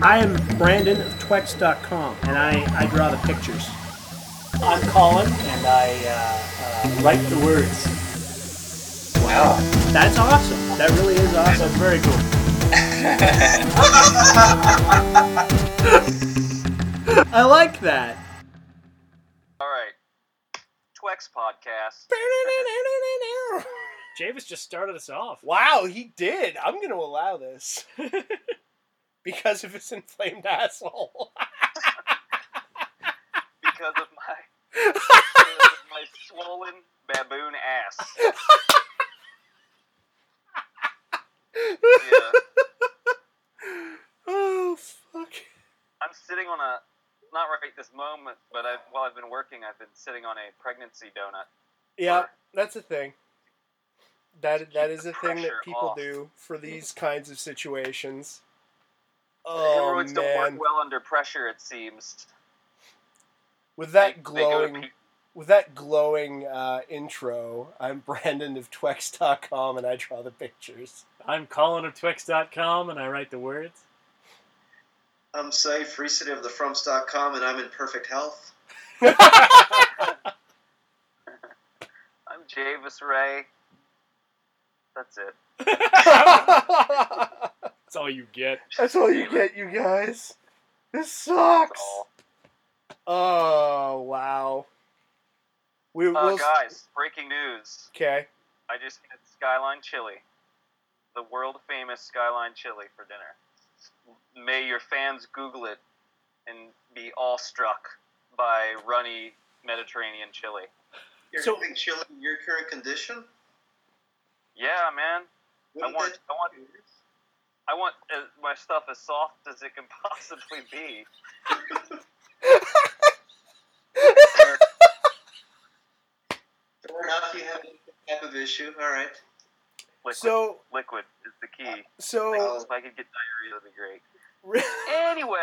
I am Brandon of Twex.com, and I, I draw the pictures. I'm Colin, and I uh, uh, write the words. Wow. That's awesome. That really is So awesome. it's very cool. I like that. All right. Twex podcast. Javis just started us off. Wow, he did. I'm going to allow this because of his inflamed asshole. Because of my, because of my swollen baboon ass. Yeah. oh fuck! I'm sitting on a, not right this moment, but i while I've been working, I've been sitting on a pregnancy donut. Yeah, that's a thing. That that is a thing that Pressure people off. do for these kinds of situations. Oh Hemorrhoids don't work man, well under pressure, it seems. with They- that they go to glowing pe- with that glowing uh, intro, I'm Brandon of Twex.com and I draw the pictures. I'm Colin of Twix.com, and I write the words. I'm Saif, Recity of the Frumps.com, and I'm in perfect health. I'm Javis Ray. That's it. that's That's all you get. all you get, you guys. This That's sucks. all. Oh wow. We Uh, will. guys, breaking news. Okay. I just had Skyline Chili, the world famous Skyline Chili for dinner. May your fans Google it and be awestruck by runny Mediterranean chili. You're So- having chili in your current condition? Yeah, man. I Wouldn't want, that- I want, I want uh, my stuff as soft as it can possibly be. Fair enough, you have a type of issue. All right. Liquid, So liquid is the key. so Like, if I could get diarrhea, that'd be great. Anyway,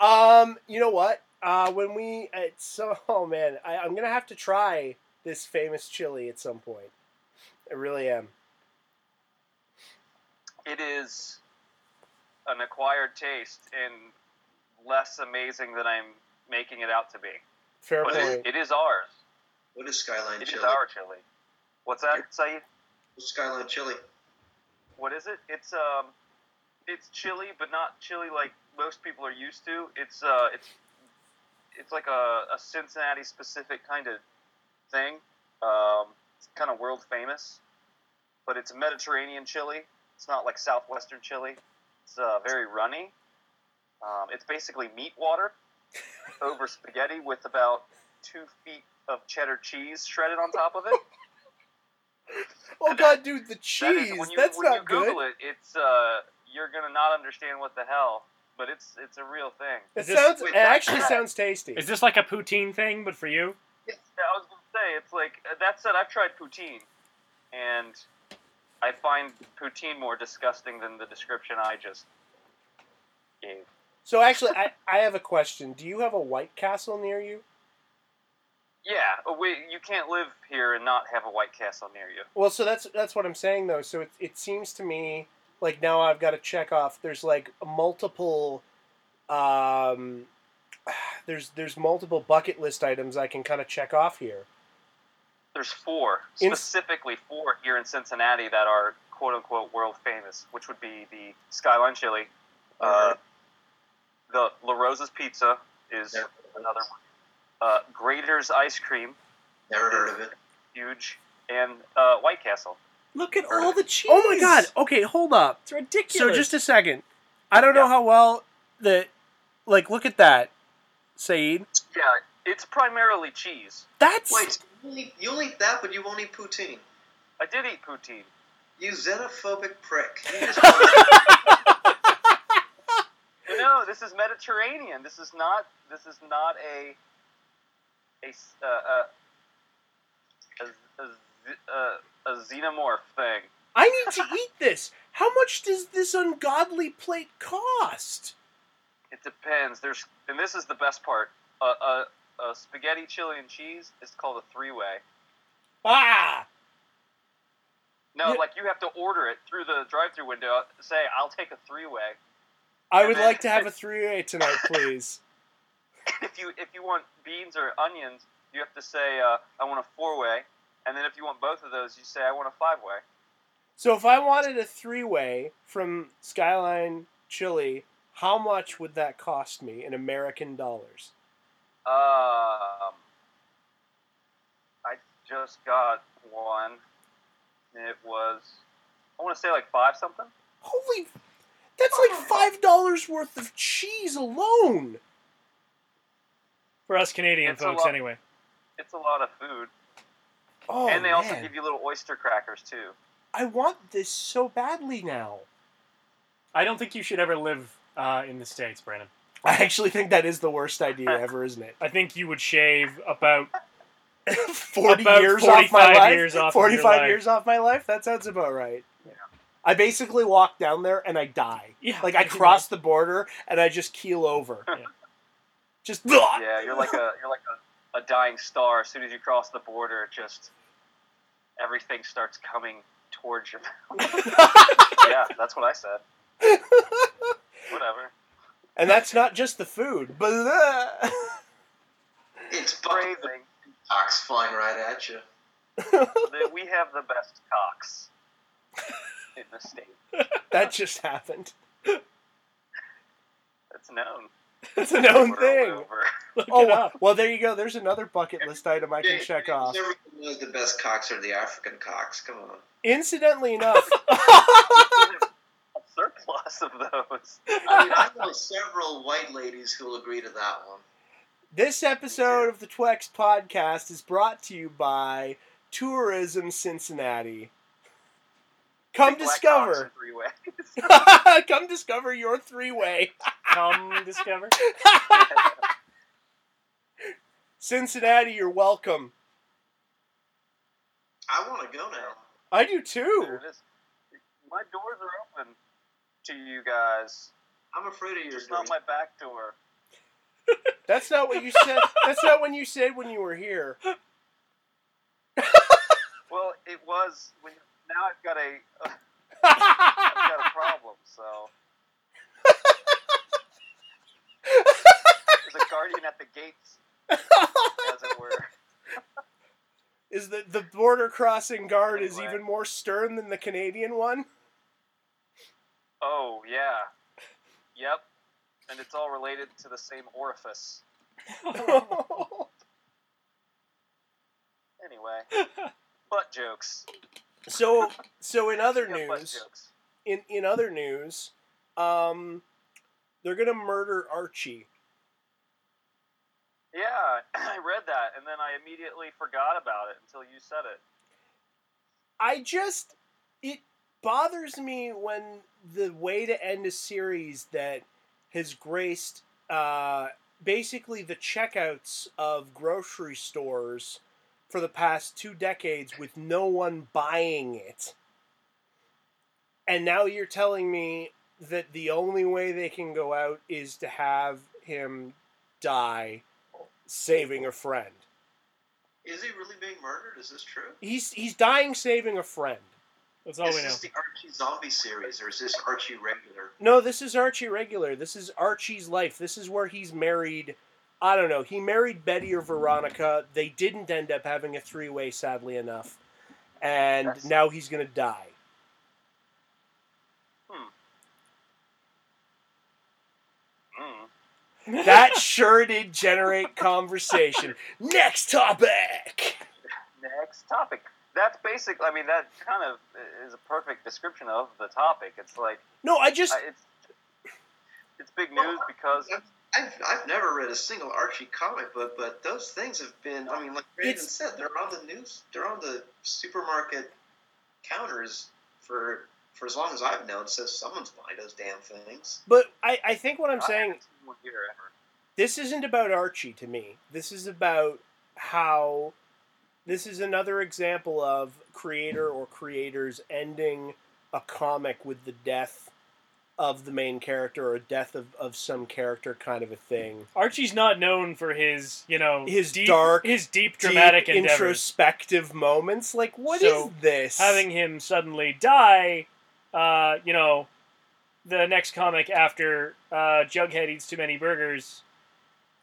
um you know what uh when we it's so oh man I, I'm gonna have to try this famous chili at some point I really am it is an acquired taste and less amazing than I'm making it out to be. fair But point it, it is ours. What is Skyline It is Chili? our chili. What's that, Saeed? What's Skyline Chili? What is it? It's um, it's chili, but not chili like most people are used to. It's uh, it's it's like a, a Cincinnati specific kind of thing. Um, it's kind of world famous, but it's Mediterranean chili. It's not like southwestern chili. It's uh, very runny. Um, it's basically meat water over spaghetti with about two feet of cheddar cheese shredded on top of it. oh god dude the That is- cheese when you, that's when not you good Google it, it's uh, you're gonna not understand what the hell, but it's it's a real thing. it Is this- sounds wait, it actually that- sounds tasty Is this like a poutine thing, but for you? Yeah, I was gonna say it's like uh, that said, I've tried poutine, and I find poutine more disgusting than the description I just gave. so actually I I have a question do you have a White Castle near you Yeah, uh, we, you can't live here and not have a White Castle near you. Well, so that's that's what I'm saying though. So it it seems to me like now I've got to check off. There's like multiple, um, there's there's multiple bucket list items I can kind of check off here. There's four, In- specifically four here in Cincinnati that are quote unquote world famous, which would be the Skyline Chili, uh, the La Rosa's Pizza is Never, another one, uh, Grater's Ice Cream, never heard of it. huge, and uh, White Castle. Look at all the cheese. Oh my god! Okay, hold up. It's ridiculous. So just a second. I don't know how well the like. Look at that, Saeed. Yeah, it's primarily cheese. That's Wait, you'll eat, you'll eat that, but you won't eat poutine. I did eat poutine. You xenophobic prick. You just want No, this is Mediterranean. This is not. This is not a a s- uh, uh, a, a, z- uh, a xenomorph thing. I need to eat this. How much does this ungodly plate cost? It depends. There's, and this is the best part. A uh, uh, uh, spaghetti, chili, and cheese is called a three-way. Ah, No, Yeah. like you have to order it through the drive-through window. Say, I'll take a three-way. I would like to have a three way tonight, please. if you if you want beans or onions, you have to say uh, I want a four way, and then if you want both of those, you say I want a five way. So if I wanted a three way from Skyline Chili, how much would that cost me in American dollars? Um, I just got one. It was I want to say like five something. Holy, that's like five dollars worth of cheese alone. For us Canadian It's a folks, lot. anyway. It's a lot of food, Oh and they man, also give you little oyster crackers too. I want this so badly now. I don't think you should ever live uh, in the States, Brandon. I actually think that is the worst idea ever, isn't it? I think you would shave about Forty About years off 45 my life. years off of your Forty-five life. years off my life. That sounds about right. I basically walk down there and I die. yeah, Like I cross the border and I just keel over. Yeah. Just Yeah, you're like a you're like a, a dying star. As soon as you cross the border, it just everything starts coming towards your mouth. yeah, that's what I said. Whatever. and that's not just the food. Blah. It's bucket Phrasing. cocks flying right at you. that we have the best cocks in the state. that just happened. That's known. It's a known We're all thing. over. Oh it up. well, there you go. There's another bucket list item I can check off. Everyone knows the best cocks are the African cocks. Come on. Incidentally enough, A surplus of those. I mean, I know several white ladies who'll agree to that one. This episode of the Twex podcast is brought to you by Tourism Cincinnati. Come Big black cocks discover. in Three ways. Come discover your three way. come discover. Cincinnati, you're welcome. I want to go now. I do There too. it is. My doors are open to you guys. I'm afraid of your It's not doors. my back door. That's not what you said. That's not when you said when you were here. Well, it was. When, now I've got a I've got a problem. So there's a guardian at the gates, as it were. Is that the border crossing guard is Anyway. even more stern than the Canadian one? Oh yeah, yep. And it's all related to the same orifice. Anyway, butt jokes. so, so in other Yeah, butt news, jokes. in in other news, um, they're gonna murder Archie. Yeah, I read that and then I immediately forgot about it until you said it. I just it bothers me when the way to end a series that has graced uh, basically the checkouts of grocery stores for the past two decades with no one buying it. And now you're telling me that the only way they can go out is to have him die saving a friend. Is he really being murdered? Is this true? He's he's dying saving a friend. That's all is Oh, we know. this the Archie zombie series or is this Archie regular? No, this is Archie regular. This is Archie's life. This is where he's married. I don't know. He married Betty or Veronica. They didn't end up having a three way, sadly enough. And Yes. now he's going to die. Mm. That sure did generate conversation. Next topic! Next topic. That's basic. I mean, that kind of is a perfect description of the topic. It's like No, I just. I- it's it's big news because I've, I've never read a single Archie comic book, but those things have been. I mean, like Brandon It's- said, they're on the news. They're on the supermarket counters for for as long as I've known. So someone's buying those damn things. But I, I think what I'm saying haven't seen one here ever. this isn't about Archie to me. This is about how this is another example of creator or creators ending a comic with the death of the main character or death of, of some character kind of a thing. Archie's not known for his, you know, His deep, dark, his deep dramatic Deep endeavors. introspective moments. Like what is So, this? Having him suddenly die, uh, you know, the next comic after uh, Jughead eats too many burgers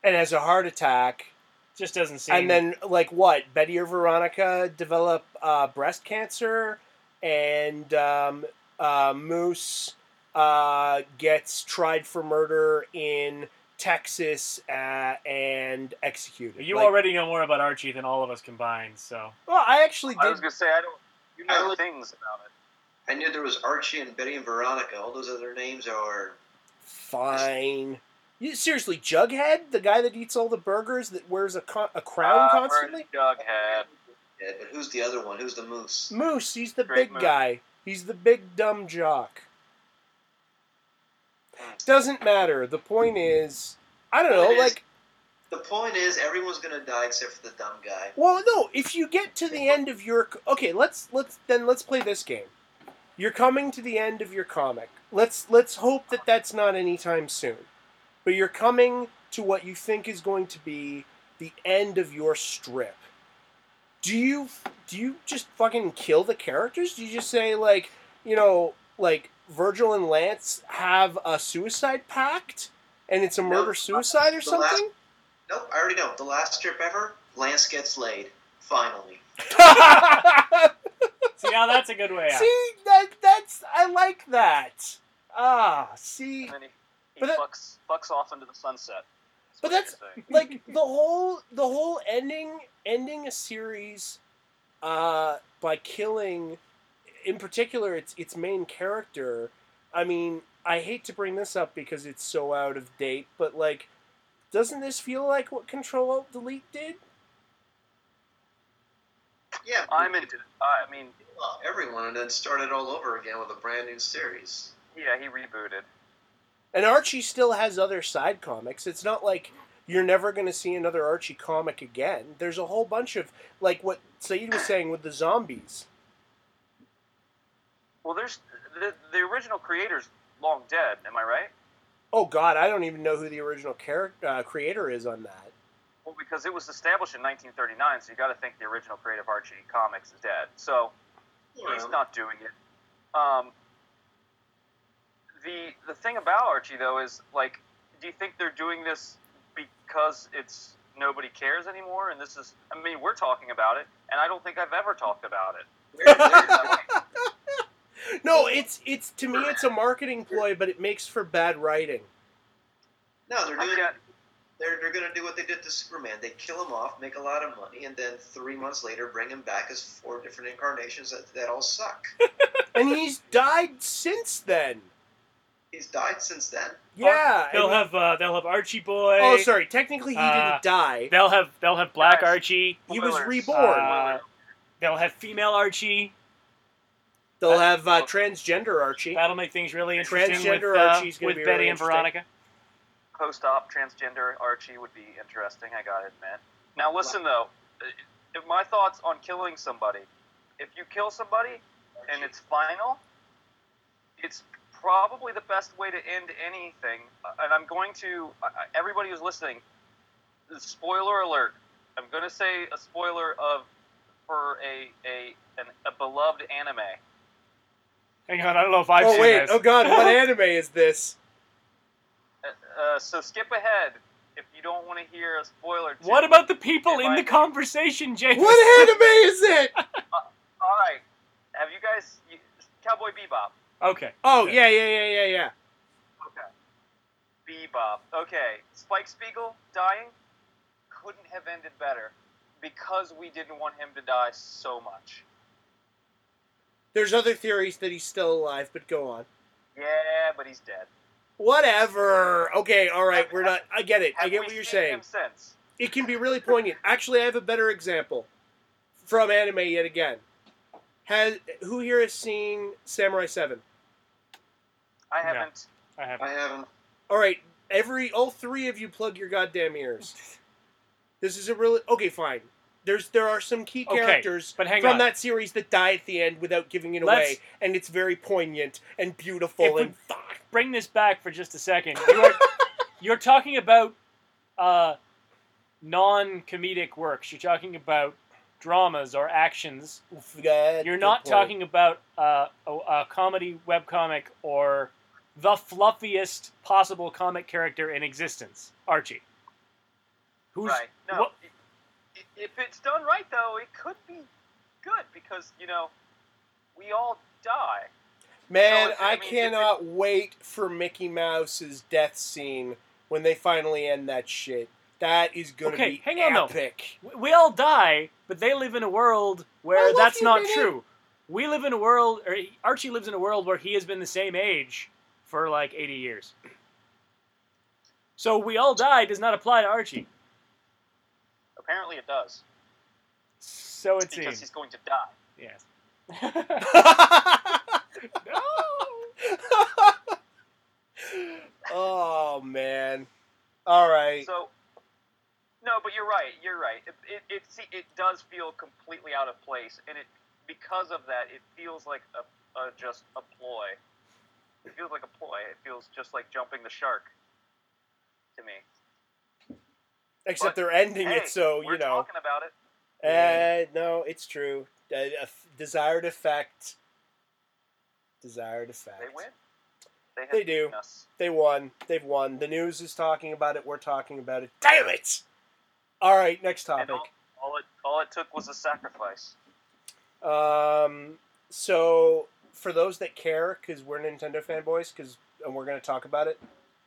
and has a heart attack. just doesn't seem. And then, like, what? Betty or Veronica develop uh, breast cancer, and um, uh, Moose uh, gets tried for murder in Texas uh, and executed. you Like- already know more about Archie than all of us combined. So Well, I actually I did. was gonna say I don't. You I know like- things about it. I knew there was Archie and Betty and Veronica. All those other names are. Fine. You, seriously, Jughead, the guy that eats all the burgers, that wears a, co- a crown Uh, constantly. Jughead. Yeah, but who's the other one? Who's the moose? Moose, he's the Great big move. guy. He's the big dumb jock. Doesn't matter. The point is, I don't know, It is. like, The point is, everyone's gonna die except for the dumb guy. well, no, if you get to the end of your okay, let's let's then let's play this game. You're coming to the end of your comic. Let's let's hope that that's not anytime soon. But you're coming to what you think is going to be the end of your strip. Do you do you just fucking kill the characters? Do you just say like, you know, like Virgil and Lance have a suicide pact and it's a No, murder suicide or the last- something? Nope, I already know. The last strip ever. Lance gets laid. Finally. see now that's a good way out. See that that's I like that. Ah, see, And then he, he But that- fucks fucks off into the sunset. But what that's- you're saying. like the whole the whole ending ending a series uh by killing in particular its its main character. I mean, I hate to bring this up because it's so out of date, but like doesn't this feel like what Control Alt Delete did? Yeah, I'm into. I mean, well, everyone, and then start it all over again with a brand new series. yeah, he rebooted. And Archie still has other side comics. It's not like you're never going to see another Archie comic again. There's a whole bunch of like what Said was saying with the zombies. Well, there's the, the original creator's long dead. Am I right? Oh God, I don't even know who the original character uh, creator is on that. Well, because it was established in 1939, so you got to think the original creative Archie comics is dead. So he's not doing it. Um, the the thing about Archie though is like, do you think they're doing this because it's nobody cares anymore? And this is, I mean, we're talking about it, and I don't think I've ever talked about it. Weird, weird. No, it's it's to me it's a marketing ploy, but it makes for bad writing. No, they're I doing. get, They're, they're gonna do what they did to Superman. They kill him off, make a lot of money, and then three months later bring him back as four different incarnations that, that all suck. And he's died since then. Oh, He's died since then. Yeah. They'll and- have uh, they'll have Archie boy. oh, sorry. Technically, he Uh, didn't die. They'll have they'll have Black Guys. Archie. He was Spoilers. reborn. Uh, they'll have female Archie. They'll have oh. uh, transgender Archie. That'll make things really interesting Transgender with, uh, Archie's gonna with be Betty really and interesting. Veronica. post-op transgender Archie would be interesting. I gotta admit. Now listen though, if my thoughts on killing somebody. If you kill somebody and it's final, it's probably the best way to end anything. And I'm going to I- I- everybody who's listening. Spoiler alert! I'm gonna say a spoiler of for a a an, a beloved anime. Hang on, I don't know if I've oh seen wait. this. Oh God, what anime is this? Uh, uh, so skip ahead if you don't want to hear a spoiler. to- What about the people If in I- the conversation, James? What anime is it? All right. Have you guys you, Cowboy Bebop? Okay. Oh yeah, yeah, yeah, yeah, yeah. Bebop. Okay. Spike Spiegel dying couldn't have ended better because we didn't want him to die so much. There's other theories that he's still alive, but go on. Yeah, but he's dead. Whatever. Okay, all right. We're not. I get it. Have I get we what you're seen saying. Him since? It can be really poignant. Actually, I have a better example from anime yet again. Has who here has seen Samurai Seven? I No. haven't. I have. I haven't. All right, every all three of you plug your goddamn ears. This is a really okay. Fine. There's there are some key Okay, characters but hang from on. that series that die at the end without giving it Let's- away, and it's very poignant and If beautiful we- and fuck. Bring this back for just a second. You're, you're talking about uh, non-comedic works. You're talking about dramas or actions. Good You're not point. talking about uh, a, a comedy webcomic or the fluffiest possible comic character in existence, Archie. Who's right. No. what- i- i- if it's done right, though, it could be good because you know we all die. Man, No, it's- I I, mean, it's- cannot wait for Mickey Mouse's death scene when they finally end that shit. That is gonna Okay, be hang on, though. epic. we- we all die, but they live in a world where love that's you, not baby. true. We live in a world, or Archie lives in a world where he has been the same age for like 80 years. So we all die does not apply to Archie. Apparently, it does So it because seems. he's going to die. Yes. oh man! All right. So, no, but you're right. You're right. It it it, see, it does feel completely out of place, and it because of that, it feels like a, a just a ploy. It feels like a ploy. It feels just like jumping the shark to me. but, Except they're ending Hey, it, so we're uh, you know. talking about it. Uh, no, it's true. Uh, eff- desired effect. Desired effect. They win. They, have They do. beaten Us. They won. They've won. The news is talking about it. We're talking about it. Damn it! All right, next And topic. all, all it all it took was a sacrifice. Um, so for those that care, because we're Nintendo fanboys, because and we're gonna talk about it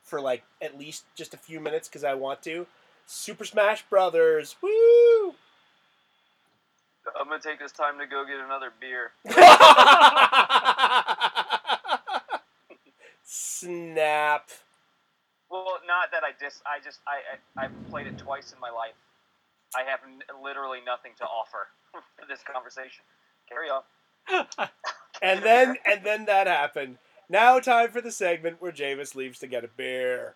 for like at least just a few minutes, because I want to. Super Smash Brothers. Woo! I'm gonna take this time to go get another beer. Snap. Well, not that I dis. I just I I I've played it twice in my life. I have n- literally nothing to offer for this conversation. Carry on. And then and then that happened. Now time for the segment where Jameis leaves to get a beer.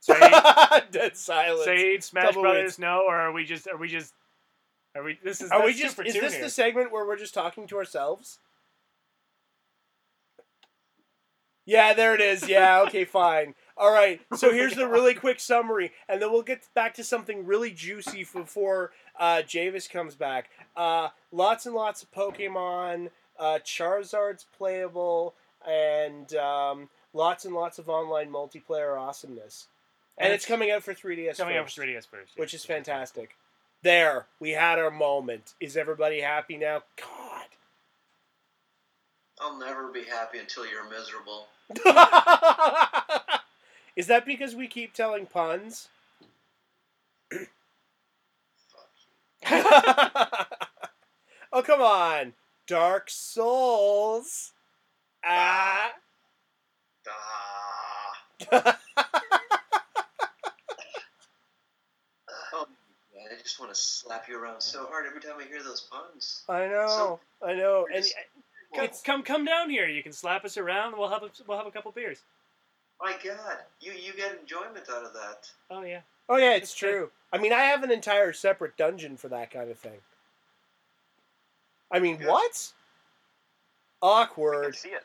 So he- Dead silence. so he eats Smash Double Brothers? No, or are we just? Are we just? Are we? This is. Are we that's just? Super Is Two this here. the segment where we're just talking to ourselves? Yeah, there it is. Yeah, okay, fine. All right. Oh So here's the really quick summary, and then we'll get back to something really juicy before uh, Javis comes back. Uh, lots and lots of Pokemon. Uh, Charizard's playable, and um, lots and lots of online multiplayer awesomeness. And, it's coming out for 3DS. coming out first for 3DS first, which is yes. fantastic. There, we had our moment. Is everybody happy now? I'll never be happy until you're miserable. God. is that because we keep telling puns? Fuck you. oh, come on. Dark Souls. Ah. Ah. Oh, man, I just want to slap you around so hard every time I hear those puns. I know. I know. And Come, Well, come, come down here. You can slap us around. We'll have a, we'll have a couple beers. my God, you you get enjoyment out of that. Oh yeah. oh yeah, it's true. I mean, I have an entire separate dungeon for that kind of thing. I mean, Yeah. what? I Awkward. can see it.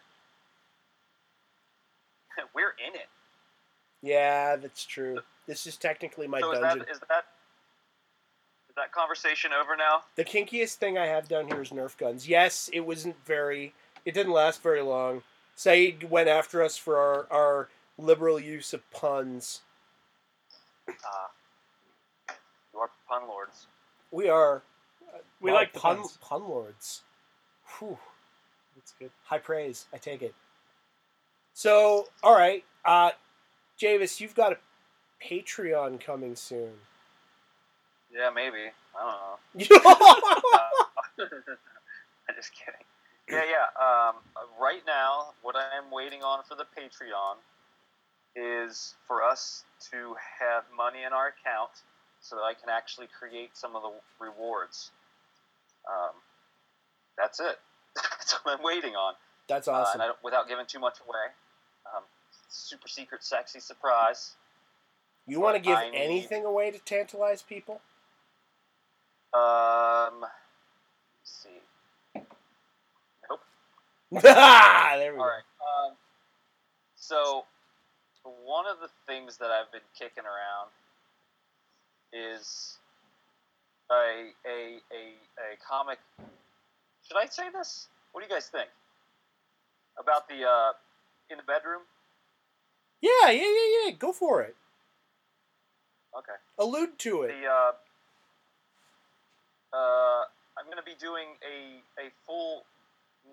We're in it. Yeah, that's true. This is technically my so is dungeon. that is that is that conversation over now? The kinkiest thing I have down here is Nerf guns. Yes, it wasn't very. It didn't last very long. Said went after us for our, our liberal use of puns. Uh, you are pun lords. We are. We wow, like the pun puns. pun lords. Whew. That's good. High praise. I take it. So, all right, uh, Javis, you've got a Patreon coming soon. Yeah, maybe. I don't know. I'm just kidding. Yeah, yeah. Um, right now, what I am waiting on for the Patreon is for us to have money in our account so that I can actually create some of the rewards. Um, that's it. that's what I'm waiting on. That's Uh, and awesome. I don't, without giving too much away, um, super secret, sexy surprise. you want to give I need- anything away to tantalize people? Um, let's see. Nope. Ah, there we go. All right. Um, so, one of the things that I've been kicking around is a a a, a comic. Should I say this? What do you guys think? about the uh, in the bedroom. Yeah, yeah, yeah, yeah. Go for it. Okay. Allude to it. The uh, uh, I'm going to be doing a a full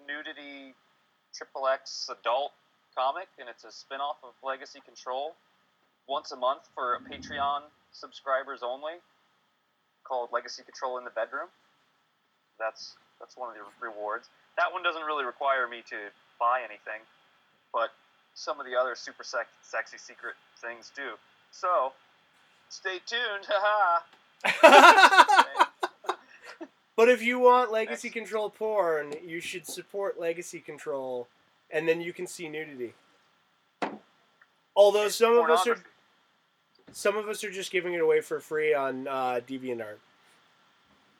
nudity triple X adult comic, and it's a spinoff of Legacy Control, once a month for Patreon subscribers only, called Legacy Control in the Bedroom. That's that's one of the rewards. That one doesn't really require me to buy anything, but some of the other super sec- sexy secret things do. So, stay tuned. Haha. But if you want Legacy Control porn, you should support Legacy Control, and then you can see nudity. Although some of us are Pornography. some of us are just giving it away for free on uh, DeviantArt.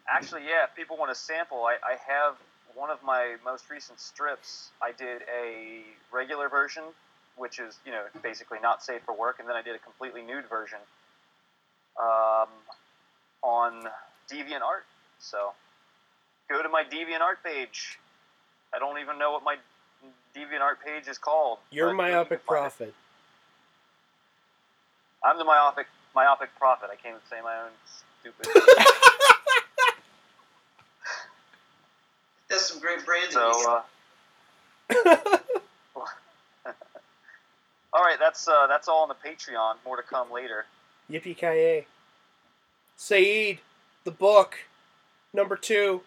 Actually, yeah. If people want to sample, I, I have one of my most recent strips. I did a regular version, which is you know basically not safe for work, and then I did a completely nude version um, on DeviantArt. So go to my DeviantArt page. I don't even know what my DeviantArt page is called. You're but you can find myopic it. prophet. I'm the myopic myopic prophet. I can't even say my own stupid. That's some great branding. So, uh, all right, that's uh, that's all on the Patreon. More to come later. Yippee ki yay! Saeed, the book, number two.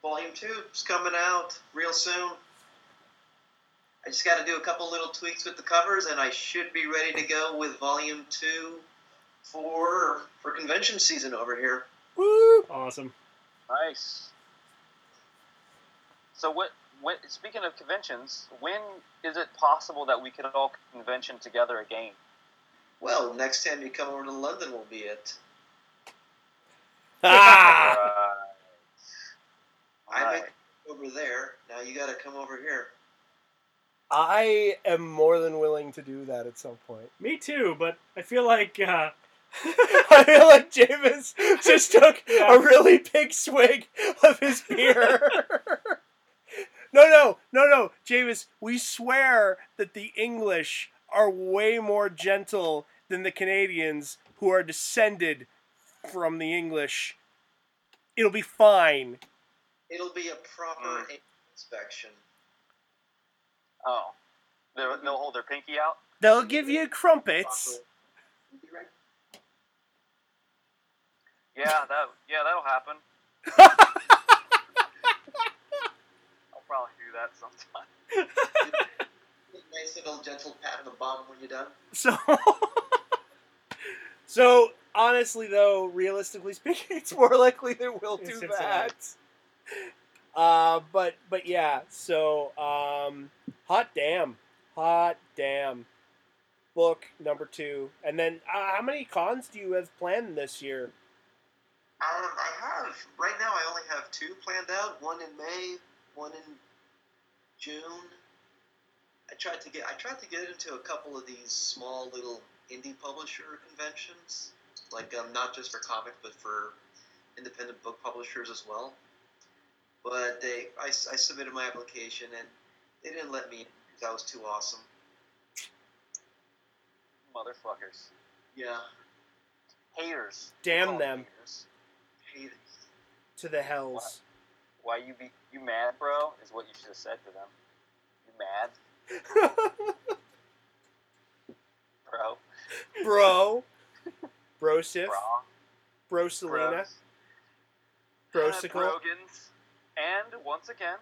Volume two is coming out real soon. I just got to do a couple little tweaks with the covers, and I should be ready to go with volume two for for convention season over here. Woo! Awesome. Nice. So what? When, speaking of conventions, when is it possible that we could all convention together again? Well, next time you come over to London will be it. Ah! Uh, I Right. make it over there. Now you got to come over here. I am more than willing to do that at some point. Me too, but I feel like uh, I feel like James just took Yeah. a really big swig of his beer. no, no, no, no, James. We swear that the English are way more gentle than the Canadians, who are descended from the English. It'll be fine. It'll be a proper Mm. inspection. oh, they'll, they'll hold their pinky out. They'll give you crumpets. You'll be right Yeah, that yeah, that'll happen. I'll probably do that sometime. back. Nice little gentle pat on the bum when you're done. So, so honestly, though, realistically speaking, it's more likely that we'll It's do that. Cincinnati. Uh, but but yeah, so um, hot damn, hot damn, book number two, and then uh, how many cons do you have planned this year? Um, I have right now. I only have two planned out. One in May, one in June. I tried to get I tried to get into a couple of these small little indie publisher conventions, like um, not just for comic, but for independent book publishers as well. But they, I, s- I submitted my application and they didn't let me in because I was too awesome. Motherfuckers, Yeah, haters. Damn Call them. haters. hate it. To the hells. Why you be you mad, bro? Is what you should have said to them. You mad, bro? bro, brosif, Bro, broselina, bros, uh, brosicle. brogans. And once again,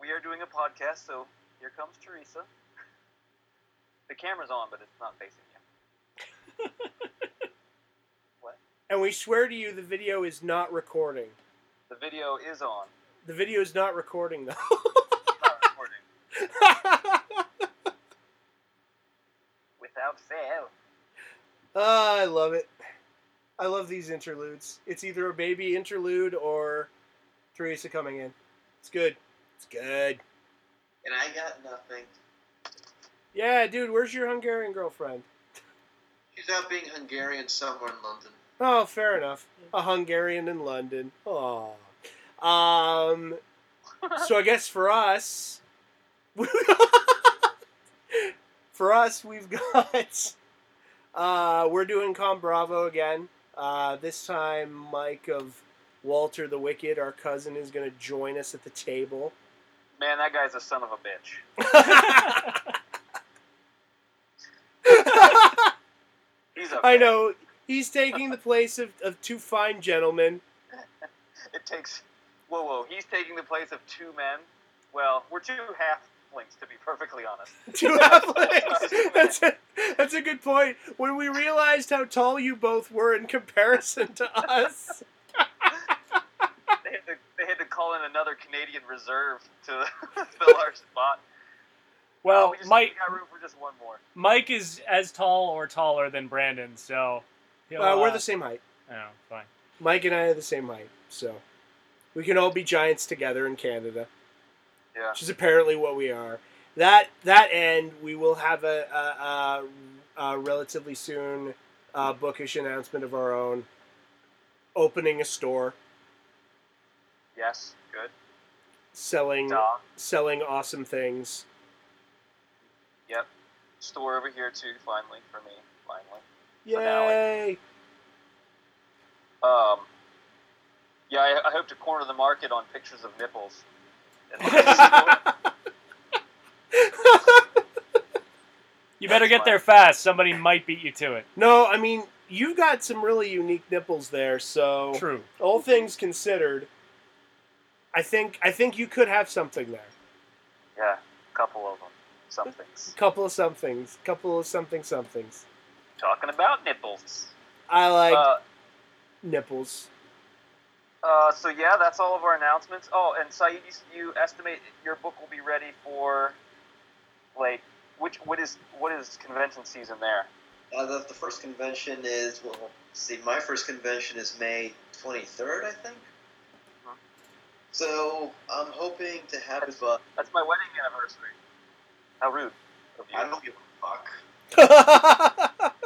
we are doing a podcast, so here comes Teresa. The camera's on, but it's not facing you. And we swear to you, the video is not recording. The video is on. The video is not recording though. It's not recording. Ah, Without fail. Ah, I love it. I love these interludes. It's either a baby interlude or Teresa coming in. It's good. It's good. And I got nothing. Yeah, dude, where's your Hungarian girlfriend? She's out being Hungarian somewhere in London. Oh, fair enough. A Hungarian in London. Aw. Um, so I guess for us, For us, we've got. Uh, we're doing Com Bravo again. Uh, this time, Mike of Walter the Wicked, our cousin, is going to join us at the table. Man, that guy's a son of a bitch. He's a. I bitch. know. He's taking the place of, of two fine gentlemen. It takes. Whoa, whoa. He's taking the place of two men. Well, we're two halflings, to be perfectly honest. Two athletics. That's a, that's a good point. When we realized how tall you both were in comparison to us. They had to, they had to call in another Canadian reserve to fill our spot. well, we just Mike we got room for just one more. Mike is as tall or taller than Brandon, so he'll, Uh, we're uh, the same height. Oh, fine. Mike and I are the same height, so we can all be giants together in Canada, Yeah. which is apparently what we are. That that end, we will have a, a, a, a relatively soon uh, bookish announcement of our own, opening a store, Yes. Good. selling Dog. selling awesome things. Yep. Store over here too. Finally, for me. Finally. Yay! Finale. Um. Yeah, I, I hope to corner the market on pictures of nipples. And- You better get there fast. Somebody might beat you to it. No, I mean you've got some really unique nipples there, so True. all things considered, I think I think you could have something there. yeah, couple of them. Somethings. Couple of somethings. Couple of something somethings. Talking about nipples. I like Uh, nipples. Uh, so yeah, that's all of our announcements. Oh, and Saeed, you, you estimate your book will be ready for, like, which what is what is convention season there? Uh, the, the first convention is well. See, my first convention is May twenty third, I think. Huh. So I'm hoping to have it, but That's my wedding anniversary. How rude of you. I don't give a fuck.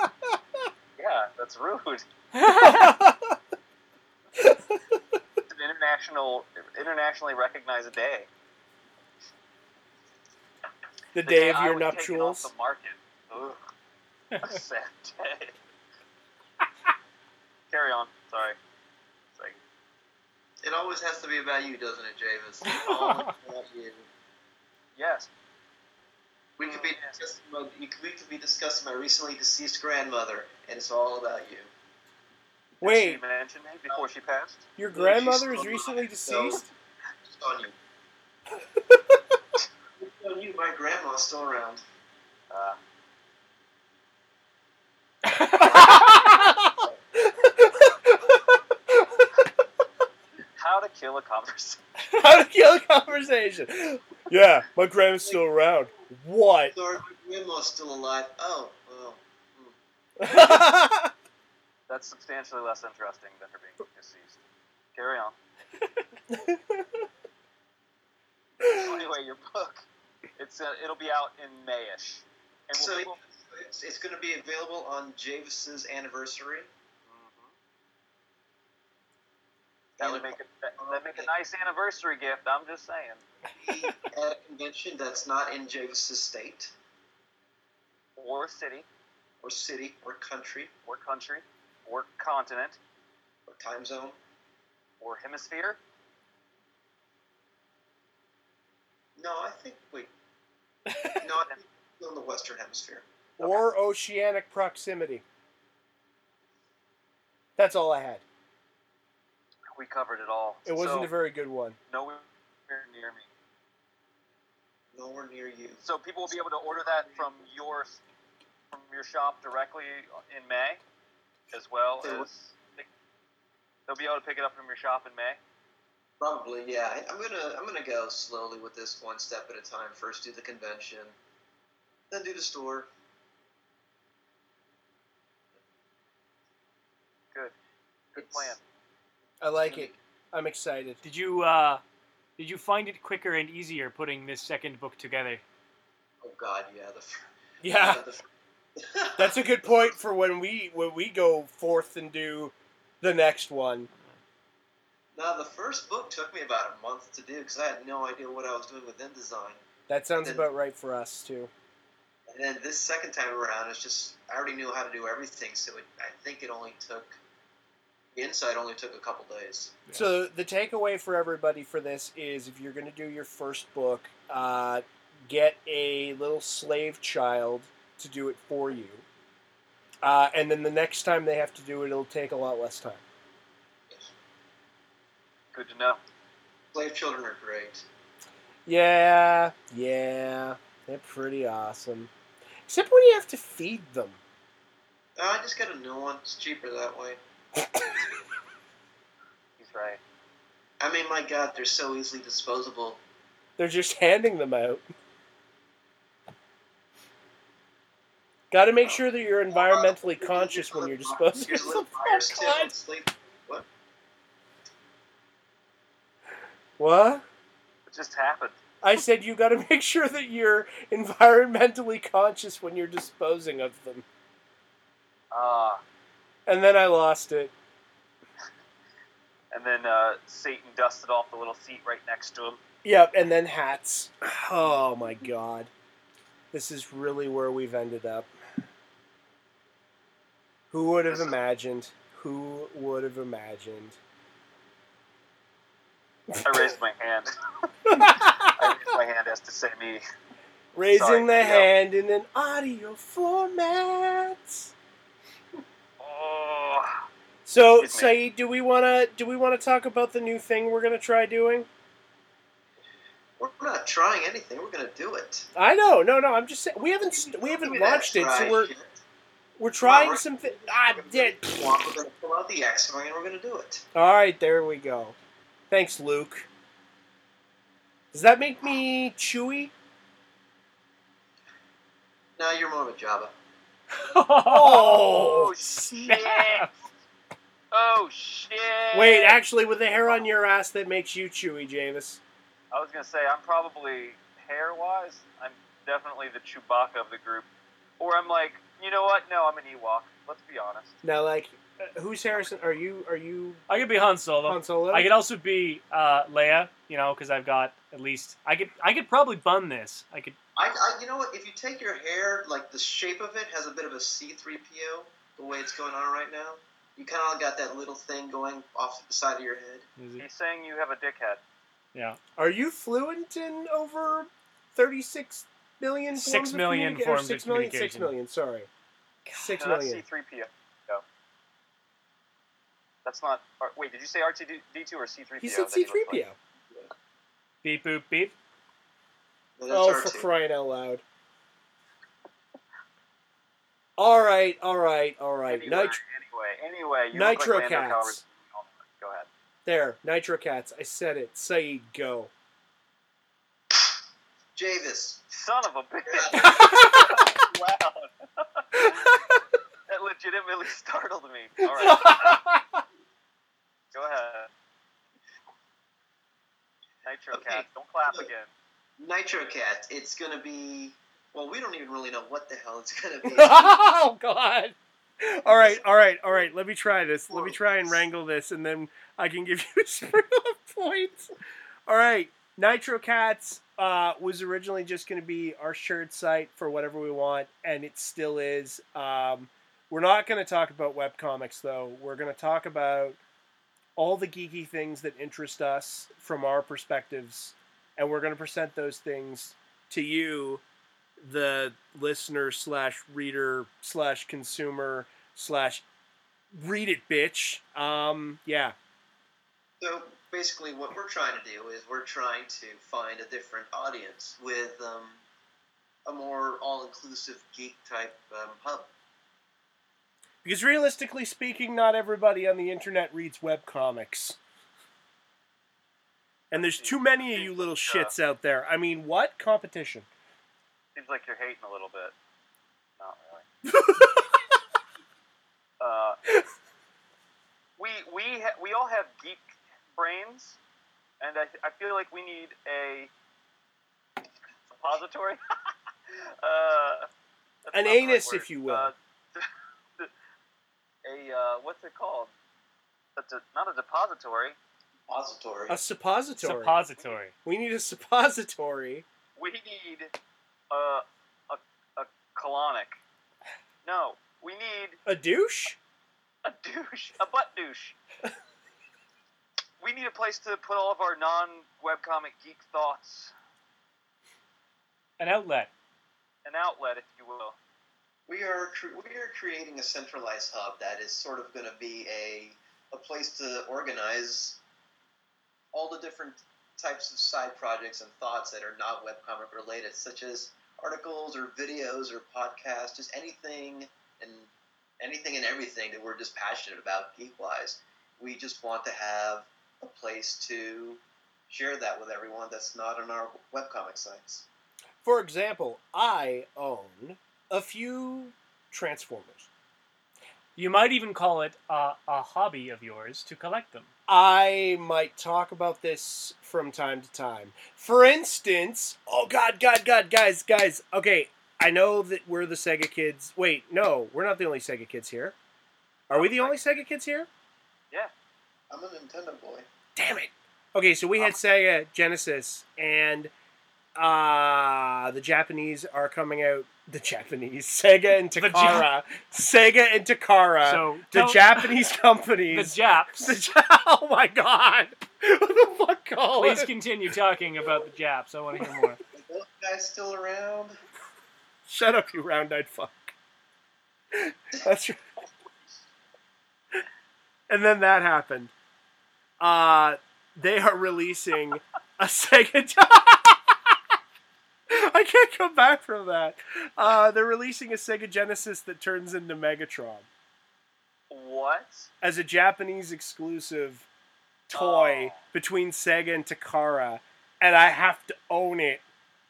Yeah, that's rude. It's an international, internationally recognized day. The the day of I your was taken nuptials. Off the market. Ugh. A sad day. Carry on. Sorry. It's like, It always has to be about you, doesn't it, Javis? Always about you. yes. We could be discussing my, we could we could be discussing my recently deceased grandmother, and it's all about you. Did Wait. She mentioned me before she passed. Your she's grandmother is still recently alive, so- deceased. It's on you. it's on you. My grandma's still around. Uh, how to kill a conversation. How to kill a conversation? Yeah, my grandma's still around. What? Lord, my grandma's still alive. Oh, well. That's substantially less interesting than her being deceased. Carry on. So anyway, your book. It's uh, it'll be out in Mayish. And So we'll, it's, it's going to be available on Javis's anniversary. Mhm. Mm-hmm. that would make it that, that'd make a nice anniversary gift. I'm just saying. be at a convention that's not in Javis's state Or city, or city or country or country, or continent, or time zone. or hemisphere. No, I think we. No, I think we're in the Western Hemisphere. or oceanic proximity. That's all I had. We covered it all. It wasn't so, a very good one. nowhere near me. Nowhere near you. So people will be able to order that from your from your shop directly in May, as well They will. as they'll be able to pick it up from your shop in May. Probably, yeah. I, I'm gonna I'm gonna go slowly with this, one step at a time. First, do the convention, then do the store. Good. Good It's- plan. I like it. I'm excited. Did you uh, did you find it quicker and easier putting this second book together? Oh God, yeah. The fir- Yeah. the fir- That's a good point for when we when we go forth and do the next one. Now, the first book took me about a month to do because I had no idea what I was doing with InDesign. That sounds about right for us too. And then this second time around, it's just I already knew how to do everything, so it, I think it only took the insight only took a couple days. So the takeaway for everybody for this is, if you're going to do your first book, uh, get a little slave child to do it for you, uh, and then the next time they have to do it, it'll take a lot less time. Good to know. Slave children are great. Yeah, yeah, they're pretty awesome. Except when you have to feed them. Uh, I just got a new one. It's cheaper that way. He's right. I mean, my God, they're so easily disposable. They're just handing them out. Got to make sure that you're environmentally conscious when you're disposing Here's of a little them. virus tip. God. It's like- What? It just happened. I said you got to make sure that you're environmentally conscious when you're disposing of them. Ah. And then I lost it. and then uh, Satan dusted off the little seat right next to him. Yep, and then hats. Oh my god. This is really where we've ended up. Who would have imagined? Who would have imagined? I raised my hand. I raised my hand as to say me. Raising Sorry, the yeah. hand in an audio format. Oh, So, Excuse me. Saeed, do we wanna do we wanna talk about the new thing we're gonna try doing? We're not trying anything. We're gonna do it. I know, no, no. I'm just saying we haven't st- we Give haven't me that launched it, try so we're shit. we're trying we're- something. Ah, did. We're gonna pull out the X ray and we're gonna do it. All right, there we go. Thanks, Luke. Does that make me chewy? No, you're more of a Java. oh, shit! Oh shit! Wait, actually, with the hair on your ass, that makes you chewy, Javis. I was gonna say I'm probably hair-wise, I'm definitely the Chewbacca of the group, or I'm like, you know what? No, I'm an Ewok. Let's be honest. Now, like, uh, who's Harrison? Are you are you I could be Han Solo. Han Solo? I could also be uh, Leia, you know, because I've got at least I could I could probably bun this. I could I, I, you know what? If you take your hair, like the shape of it has a bit of a C3PO, the way it's going on right now. You kind of got that little thing going off the side of your head. is it- He's saying you have a dickhead. yeah Are you fluent in over thirty six million? Six forms of million communica- or forms of six million, Six communication. million. Sorry. Six No, that's million. C-3PO. No. That's not. or- Wait, did you say R2D2 or C-3PO? He said that he C looked three like? PO. beep boop beep. No, that's Oh, R2. for crying out loud! All right, all right, all right. Anyway, Nit- anyway, anyway, you look Nitro like Lando Cats. Calrissian. Oh, Go ahead. there, Nitro Cats. I said it. Saeed, go. Javis. Son of a bitch! wow, that legitimately startled me. All right, go ahead. Nitro Okay, Cats, don't clap look. again. Nitro Cat. It's gonna be. Well, we don't even really know what the hell it's gonna be. oh God! All right, all right, all right. Let me try this. Let me try and wrangle this, and then I can give you some points. All right, Nitro Cats uh, was originally just going to be our shared site for whatever we want, and it still is. Um, we're not going to talk about webcomics, though. We're going to talk about all the geeky things that interest us from our perspectives, and we're going to present those things to you the listener slash reader slash consumer slash read it bitch um yeah So basically, what we're trying to do is we're trying to find a different audience with um, a more all-inclusive geek type um, hub. because realistically speaking not everybody on the internet reads web comics and there's too many of you little shits out there i mean what competition Seems like you're hating a little bit. Not really. uh, we we ha- we all have geek brains, and I, I feel like we need a repository. uh, that's An not the right anus, word. if you will. Uh, a uh, what's it called? A de- not a depository. Repository. a suppository Suppository. we need a suppository we need a, a, a colonic. No, we need A douche? a douche, a butt douche. we need a place to put all of our non-webcomic geek thoughts, An outlet. an outlet, if you will. We are cre- we are creating a centralized hub that is sort of going to be a a place to organize all the different types of side projects and thoughts that are not webcomic related, such as articles or videos or podcasts, just anything and anything and everything that we're just passionate about geek wise. We just want to have a place to share that with everyone that's not on our webcomic sites. For example, I own a few Transformers. You might even call it a, a hobby of yours to collect them. I might talk about this from time to time. For instance, oh god, god, god, guys, guys. Okay, I know that we're the Sega kids. Wait, no, we're not the only Sega kids here. Are we the only Sega kids here? I'm a Nintendo boy. Damn it. Okay, so we had Sega Genesis, and uh, the Japanese are coming out. The Japanese Sega and The Takara, Ja- Sega and Takara, so Uh, the don't- Japanese the companies. Japs. The Ja- oh my god! What the fuck, Colin? Please continue talking about the Japs. I want to hear more. Are those guys still around? Shut up, you round-eyed fuck. That's right. And then that happened. Uh, they are releasing a Sega. I can't come back from that. Uh, they're releasing a Sega Genesis that turns into Megatron What? as a Japanese exclusive toy Oh. between Sega and Takara, and I have to own it.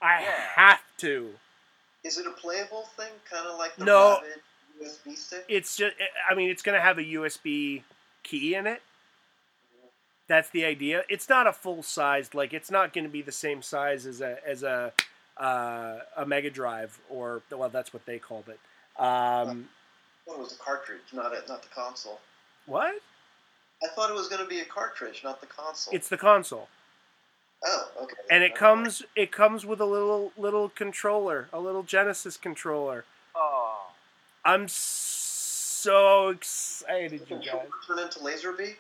I Yeah. have to. Is it a playable thing, kind of like the No. Rabbit USB stick? it's just i mean it's going to have a usb key in it that's the idea it's not a full sized like it's not going to be the same size as a as a uh, a mega drive or well that's what they called it um, It was a cartridge, not a, not the console. what I thought it was going to be a cartridge, not the console. it's the console oh, okay. and it Never comes it comes with a little little controller a little genesis controller Oh, i'm so excited mind. you Can guys Shulk turn into Laserbeak?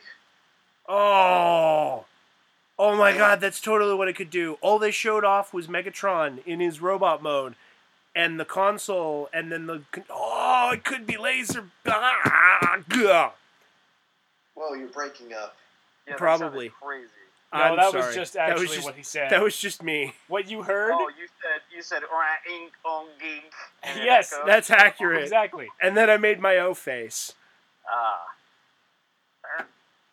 Oh, oh my God, that's totally what it could do. All they showed off was Megatron in his robot mode, and the console, and then the con- oh, it could be laser. Ah, gah. Whoa, you're breaking up. yeah, that sounded Probably. crazy. No, I'm that sorry. was just That actually was just- what he said. That was just me. what you heard? Oh, you said you said "Alright, ink on geek. and it Yes, echoed. That's accurate. exactly. And then I made my O face. ah. Er,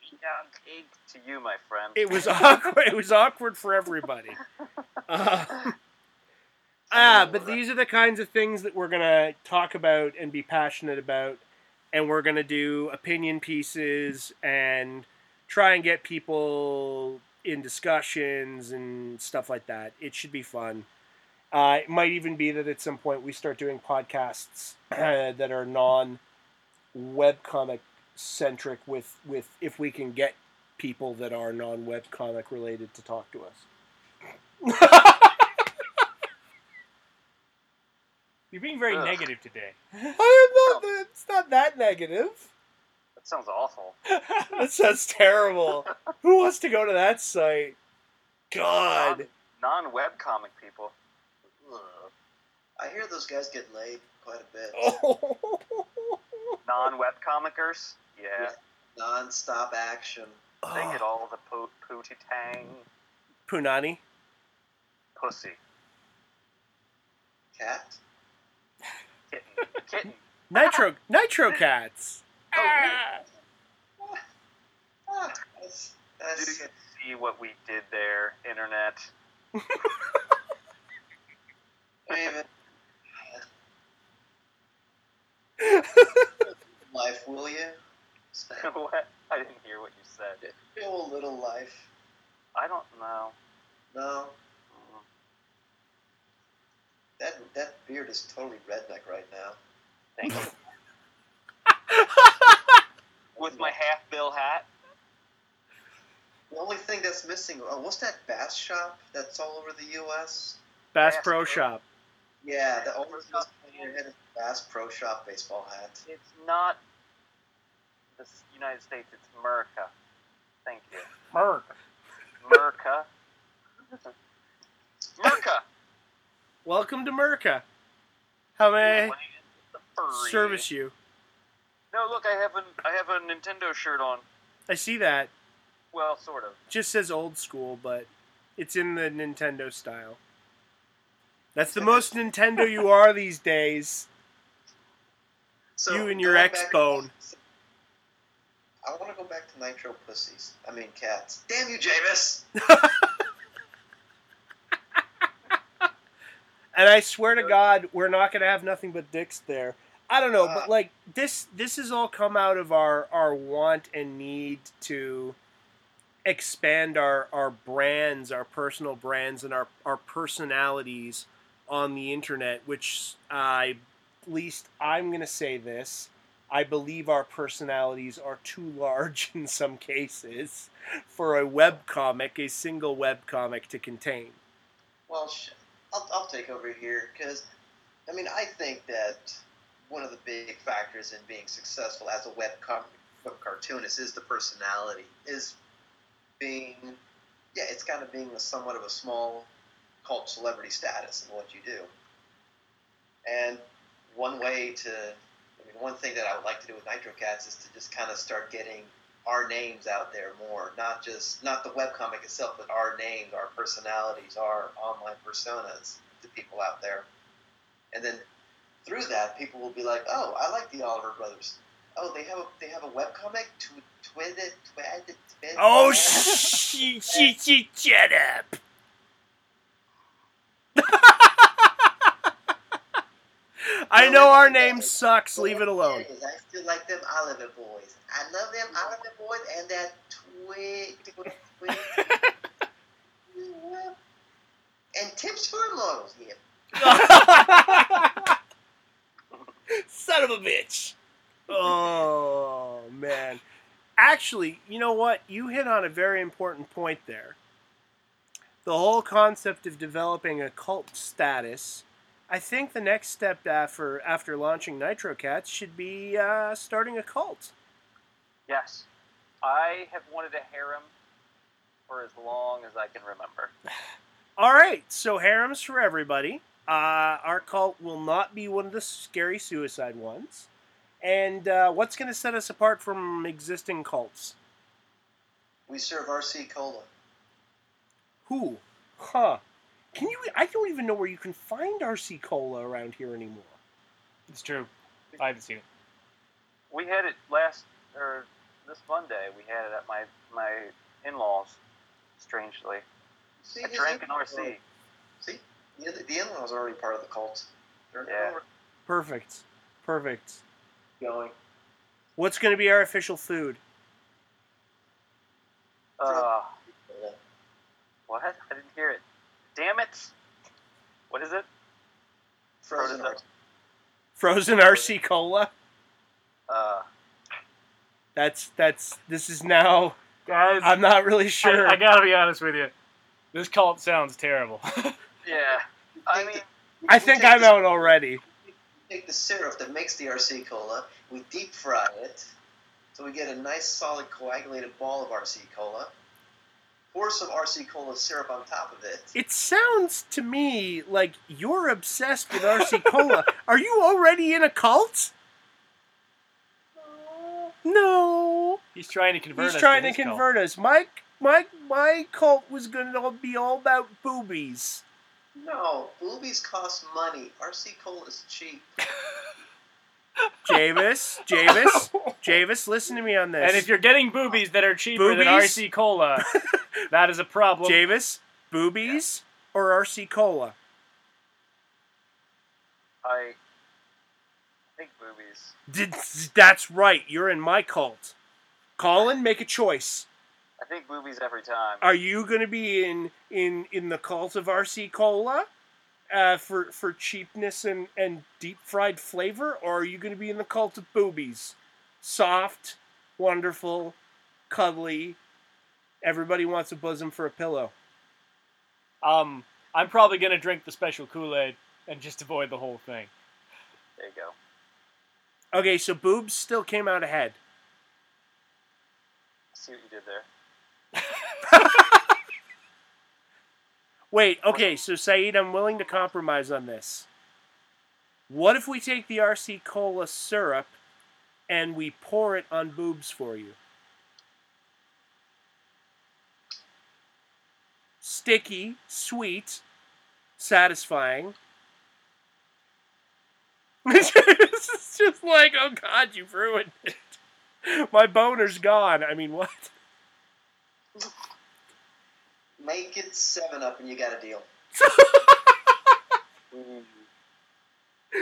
ink on geek to you, my friend. It was awkward. it was awkward for everybody. Uh, ah, but these are the kinds of things that we're gonna talk about and be passionate about, and we're gonna do opinion pieces and try and get people in discussions and stuff like that. It should be fun. Uh, it might even be that at some point we start doing podcasts that are non webcomic centric with with if we can get people that are non webcomic related to talk to us. You're being very Ugh. negative today. I am not that, it's not that negative. that sounds awful. That sounds terrible. Who wants to go to that site? God. Non web comic people. I hear those guys get laid quite a bit. Oh. Non web comicers? Yeah. Oh. Non-stop action. They get all the po- pooty tang Punani. pussy. Cat? Kitten. Kitten. Nitro Nitro Cats. Oh, yeah. Ah, that's, Did that's, you see what we did there, internet? I mean, life, will you? what? I didn't hear what you said. Feel a little life. I don't know. No, Mm. that that beard is totally redneck right now. Thank you. With my half bill hat? The only thing that's missing. Oh, what's that bass shop that's all over the U.S.? Bass Pro Shop. Yeah, the owner just your head is Bass Pro Shop baseball hat. It's not the s- United States. It's America. Thank you. Merc. Merca. Merca. Welcome to Merca. How may I The furry. service you? No, look, I have an I have a Nintendo shirt on. I see that. Well, sort of. Just says old school, but it's in the Nintendo style. That's the Nintendo. most Nintendo you are these days. So You and your going back- X-Bone. I want to go back to Nitro Pussies. I mean, cats. Damn you, Jameis! And I swear to God, we're not gonna have nothing but dicks there. I don't know, Ah. but like this, this has all come out of our our want and need to expand our our brands, our personal brands, and our our personalities on the internet. Which I, at least, I'm gonna say this. I believe our personalities are too large in some cases for a webcomic, a single webcomic to contain. Well, sh- I'll, I'll take over here because, I mean, I think that one of the big factors in being successful as a web, com- web cartoonist is the personality, is being, yeah, it's kind of being a somewhat of a small cult celebrity status in what you do. And one way to, I mean, one thing that I would like to do with NitroCats is to just kind of start getting our names out there more, not just not the webcomic itself, but our names, our personalities, our online personas to people out there. And then through that, people will be like, "Oh, I like the Oliver Brothers. Oh, they have a, they have a webcomic to twid it, twid it, twid it." Oh, she, she, she, shut up. I know our name sucks. Leave it alone. I still like them Oliver boys. I love them Oliver boys and that twig, twig, twig. and tips for models. Yeah, Son of a bitch. Oh, man. Actually, you know what? You hit on a very important point there. The whole concept of developing a cult status. I think the next step after after launching Nitro Cats should be uh, starting a cult. Yes. I have wanted a harem for as long as I can remember. All right, so harems for everybody. Uh, our cult will not be one of the scary suicide ones. And uh, what's going to set us apart from existing cults? we serve RC cola. Who? Huh? Can you? I don't even know where you can find RC Cola around here anymore. It's true. I haven't seen it. We had it last or this Monday. We had it at my my in-laws. Strangely, See, I drank an RC. See, the, other- the in-laws are already part of the cult. They're Yeah. Perfect. Perfect. going. What's going to be our official food? Uh, what? I didn't hear it. Damn it! What is it? Frozen Prototype. RC. Frozen RC Cola. Uh, That's that's. This is now. Guys, I'm not really sure. I, I gotta be honest with you. This cult sounds terrible. yeah. I mean, I think I'm out already. take the syrup that makes the RC cola, we deep fry it, so we get a nice solid coagulated ball of RC cola. Pour some RC cola syrup on top of it. It sounds to me like you're obsessed with RC Cola. Are you already in a cult? No. He's trying to convert. He's us trying to his cult. convert us. My my my cult was going to be all about boobies. No, boobies cost money. RC cola is cheap. Javis, Javis, Javis, listen to me on this. And if you're getting boobies that are cheaper Boobies? than RC Cola, that is a problem. Javis, boobies or RC Cola? I think boobies. Did, that's right. You're in my cult. Colin, make a choice. I think boobies every time. Are you going to be in in in the cult of RC Cola? Uh, for for cheapness and, and deep fried flavor, or are you going to be in the cult of boobies? Soft, wonderful, cuddly. Everybody wants a bosom for a pillow. Um, I'm probably gonna drink the special Kool Aid and just avoid the whole thing. There you go. Okay, so boobs still came out ahead. See what you did there. Wait, okay, so Saeed, I'm willing to compromise on this. What if we take the RC Cola syrup and we pour it on boobs for you? Sticky, sweet, satisfying. it's just like, oh god, you've ruined it. My boner's gone. I mean, what? Make it seven up, and you got a deal. Mm-hmm.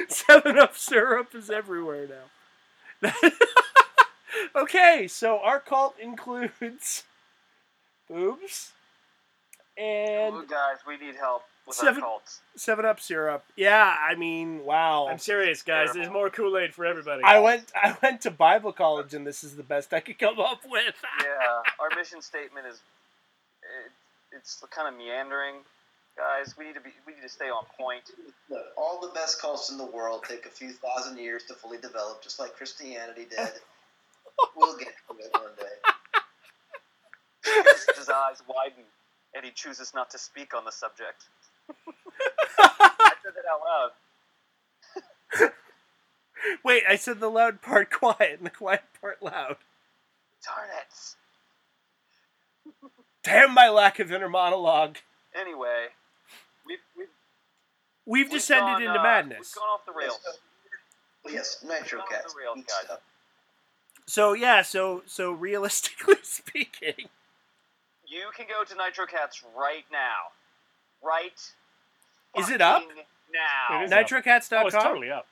Seven Up syrup is everywhere now. okay, so our cult includes boobs Ooh, and guys, we need help with Seven- our cults. Seven Up syrup. Yeah, I mean, wow. I'm serious, guys. There's more Kool Aid for everybody. I went. I went to Bible college, and this is the best I could come up with. Yeah, our mission statement is it, it's kind of meandering. Guys, we need to be we need to stay on point. Look, all the best cults in the world take a few thousand years to fully develop, just like Christianity did. we'll get to it one day. His eyes widen, and he chooses not to speak on the subject. I said that out loud. Wait, I said the loud part quiet and the quiet part loud. Darn it. Damn my lack of inner monologue. Anyway, we've, we've, We've, we've descended gone, into uh, madness. We've gone off the rails. Well, yes, Nitro Off the Cats. rails, Eat guys. stuff. So yeah, so so realistically speaking, You can go to Nitro Cats right now. Right. Is it up? fucking Now. It is up. nitrocats.com. Oh, it's totally up.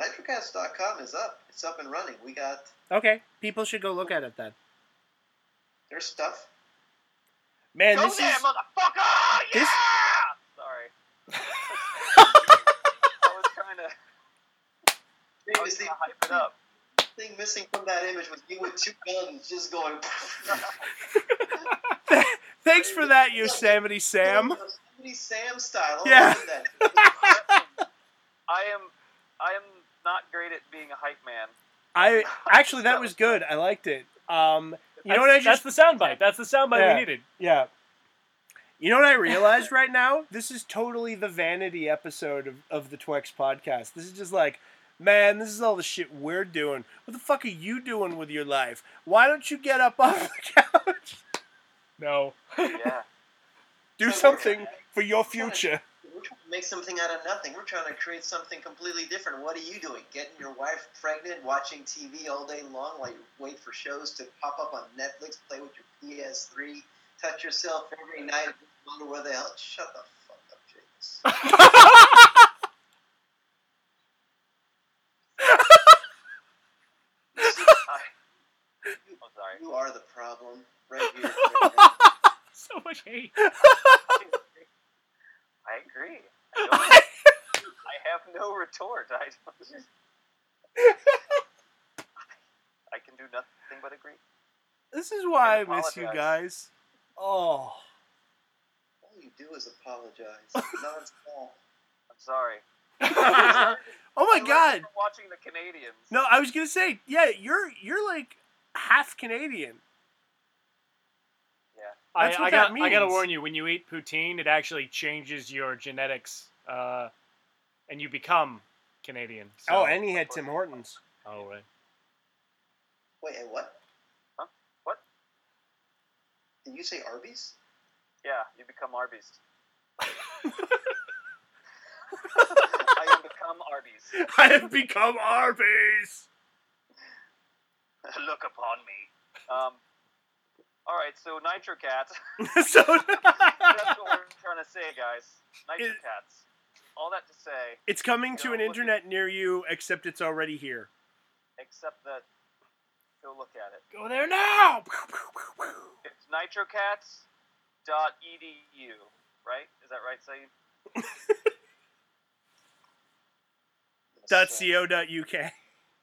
NitroCats.com is up. It's up and running. We got Okay, people should go look at it then. their stuff. Man, Go this there, is motherfucker! Yeah! this- Sorry. I was trying to, I was The trying to hype it up. thing missing from that image was you with two guns just going. thanks for that, Yosemite Sam. Yosemite Sam style. Oh, Yeah. look at that. I am, I am not great at being a hype man. I actually that was good. I liked it. Um, you know what I That's- just That's the soundbite. That's the soundbite Yeah. we needed. yeah. You know what I realized right now? This is totally the vanity episode of, of the Twex podcast. This is just like, man, this is all the shit we're doing. What the fuck are you doing with your life? Why don't you get up off the couch? No. Yeah. Do something for your future. We're trying to make something out of nothing. We're trying to create something completely different. What are you doing? Getting your wife pregnant, watching TV all day long while you wait for shows to pop up on Netflix, play with your PS3, touch yourself every night, and wonder where the hell. Shut the fuck up, James. I'm sorry. You are the problem right here. So much hate. I agree. I, don't- I have no retort. I, don't- I can do nothing but agree. This is why I I miss you apologize. guys. Oh. all you do is apologize. Non-stop. I'm sorry. oh my I learned god. from watching the Canadians. No, I was gonna say, yeah, you're you're like half Canadian. I, That's I what got. that I gotta means. warn you. When you eat poutine, it actually changes your genetics, uh, and you become Canadian. So. oh, and he had Tim Hortons. oh right. Wait, and what? Huh? What? Did you say Arby's? Yeah, you become Arby's. I am become Arby's. I have become Arby's. Look upon me. Um, all right, so Nitro Cats. so That's what we're trying to say, guys. Nitro It- Cats. All that to say, it's coming to No, an look- internet near you, except it's already here. except that go look at it. Go there now. It's nitrocats.edu, right? Is that right, Saeed? Dot Yes, co. Dot uk. I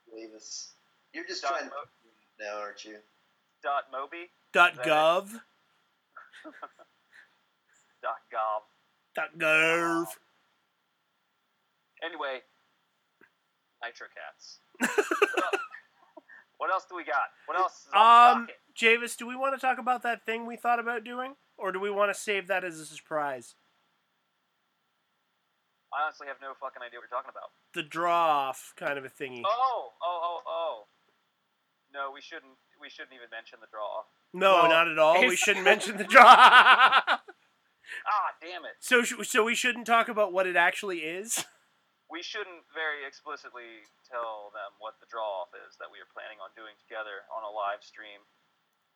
believe it's- You're just Dot, trying to mo- now, aren't you? dot Moby? Dot That- gov. Dot gov. Got nerve. Anyway, Nitro Cats. what else do we got? What else is on Um, the docket? Javis, do we want to talk about that thing we thought about doing, or do we want to save that as a surprise? I honestly have no fucking idea what you're talking about. The draw off kind of a thingy. Oh, oh, oh, oh. No, we shouldn't. We shouldn't even mention the draw. no, well, not at all. We it's- shouldn't mention the draw. Ah, damn it. so, sh- so we shouldn't talk about what it actually is. We shouldn't very explicitly tell them what the draw off is that we are planning on doing together on a live stream.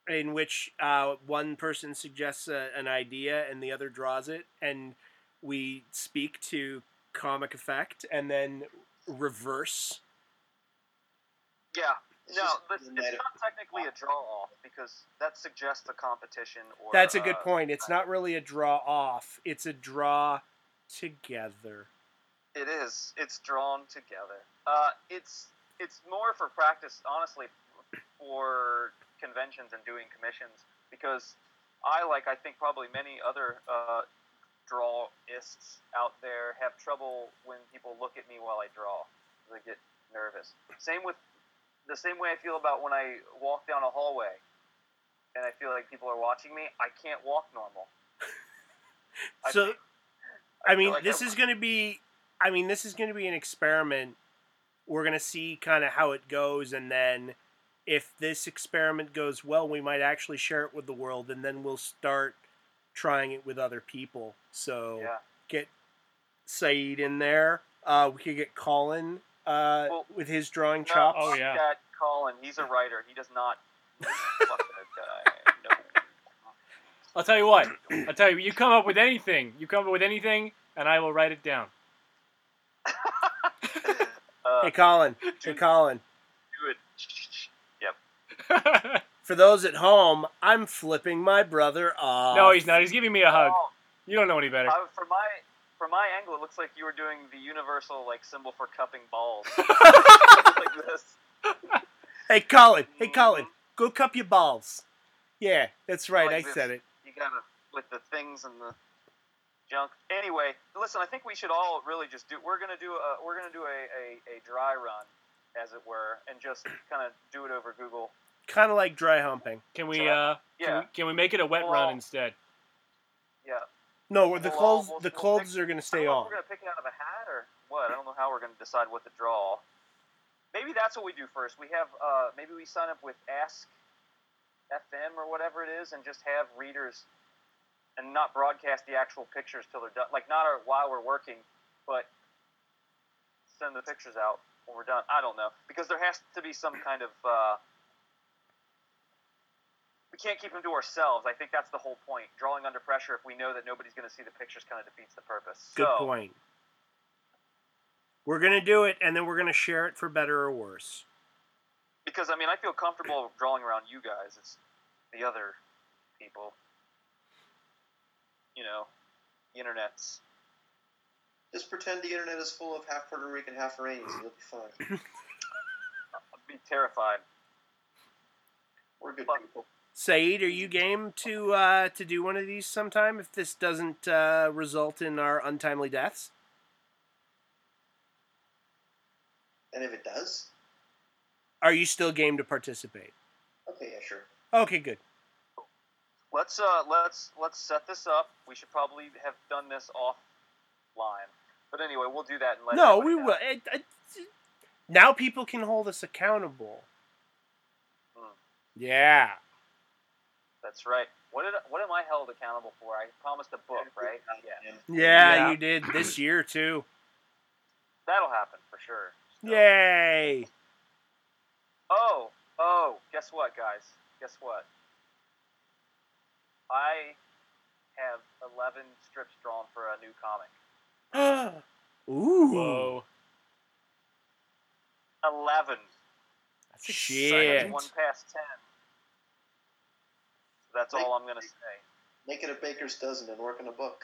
in which uh, one person suggests a, an idea and the other draws it, and we speak to comic effect and then reverse. Yeah. It's No, just but the it's night of- not technically a draw off because that suggests a competition or That's a good uh, point. It's not really a draw off, it's a draw together. It is. It's drawn together. Uh, it's it's more for practice, honestly, for conventions and doing commissions because I, like I think probably many other uh, drawists out there, have trouble when people look at me while I draw. They get nervous. Same with the same way I feel about when I walk down a hallway and I feel like people are watching me. I can't walk normal. I- So, I mean, like this I'm- is going to be. I mean, this is going to be an experiment. We're going to see kind of how it goes, and then if this experiment goes well, we might actually share it with the world, and then we'll start trying it with other people. So Yeah. get Saeed in there. Uh, we could get Colin uh, Well- with his drawing No, chops. Oh, fuck yeah. That Colin, he's a writer. He does not. fuck that guy. I'll tell you what. I'll tell you. You come up with anything. You come up with anything, and I will write it down. No. Uh, Hey, Colin. Hey, Colin. do it. For those at home, I'm flipping my brother off. no, he's not. He's giving me a hug. Oh, You don't know any uh, better. I, from my from my angle, it looks like you were doing the universal like symbol for cupping balls. like this. Hey, Colin. Hey, Colin. Go cup your balls. Yeah, that's right. Like I this. said it. You gotta with the things and the junk. Anyway, listen. I think we should all really just do. We're gonna do a we're gonna do a, a, a dry run, as it were, and just kind of do it over Google. Kind of like dry humping. Can we? so- Uh, can, Yeah, we, can we make it a wet run Well- instead? yeah. No, the Well, clothes we'll- the we'll clothes are gonna I stay don't know if on. We're gonna pick it out of a hat or what? I don't know how we're gonna decide what to draw. Maybe that's what we do first. We have uh, maybe we sign up with Ask FM or whatever it is, and just have readers and not broadcast the actual pictures till they're done. Like not our, while we're working, but send the pictures out when we're done. I don't know because there has to be some kind of. Uh, we can't keep them to ourselves. I think that's the whole point. Drawing under pressure, if we know that nobody's going to see the pictures, kind of defeats the purpose. Good so, point. We're gonna do it, and then we're gonna share it for better or worse. Because I mean, I feel comfortable drawing around you guys. It's the other people, you know, the internet's. Just pretend the internet is full of half Puerto Rican, half Iranians, and you'll be fine. I'd be terrified. We're good Fuck. people. Saeed, are you game to uh, to do one of these sometime if this doesn't uh, result in our untimely deaths? And if it does, Are you still game to participate? okay, yeah, sure. Okay, good. Let's uh, let's let's set this up. We should probably have done this offline. But anyway, we'll do that and let. No, everybody we know. will. It, it, now people can hold us accountable. Mm. Yeah. That's right. What did what am I held accountable for? I promised a book, right? Yeah, Yeah, Yeah. you did this year too. that'll happen for sure. So- Yay! Oh, oh, guess what, guys? Guess what? I have 11 strips drawn for a new comic. Ooh, Whoa. 11. That's shit! one past 10. That's Wait. all I'm going to say. Make it a baker's dozen and work on a book.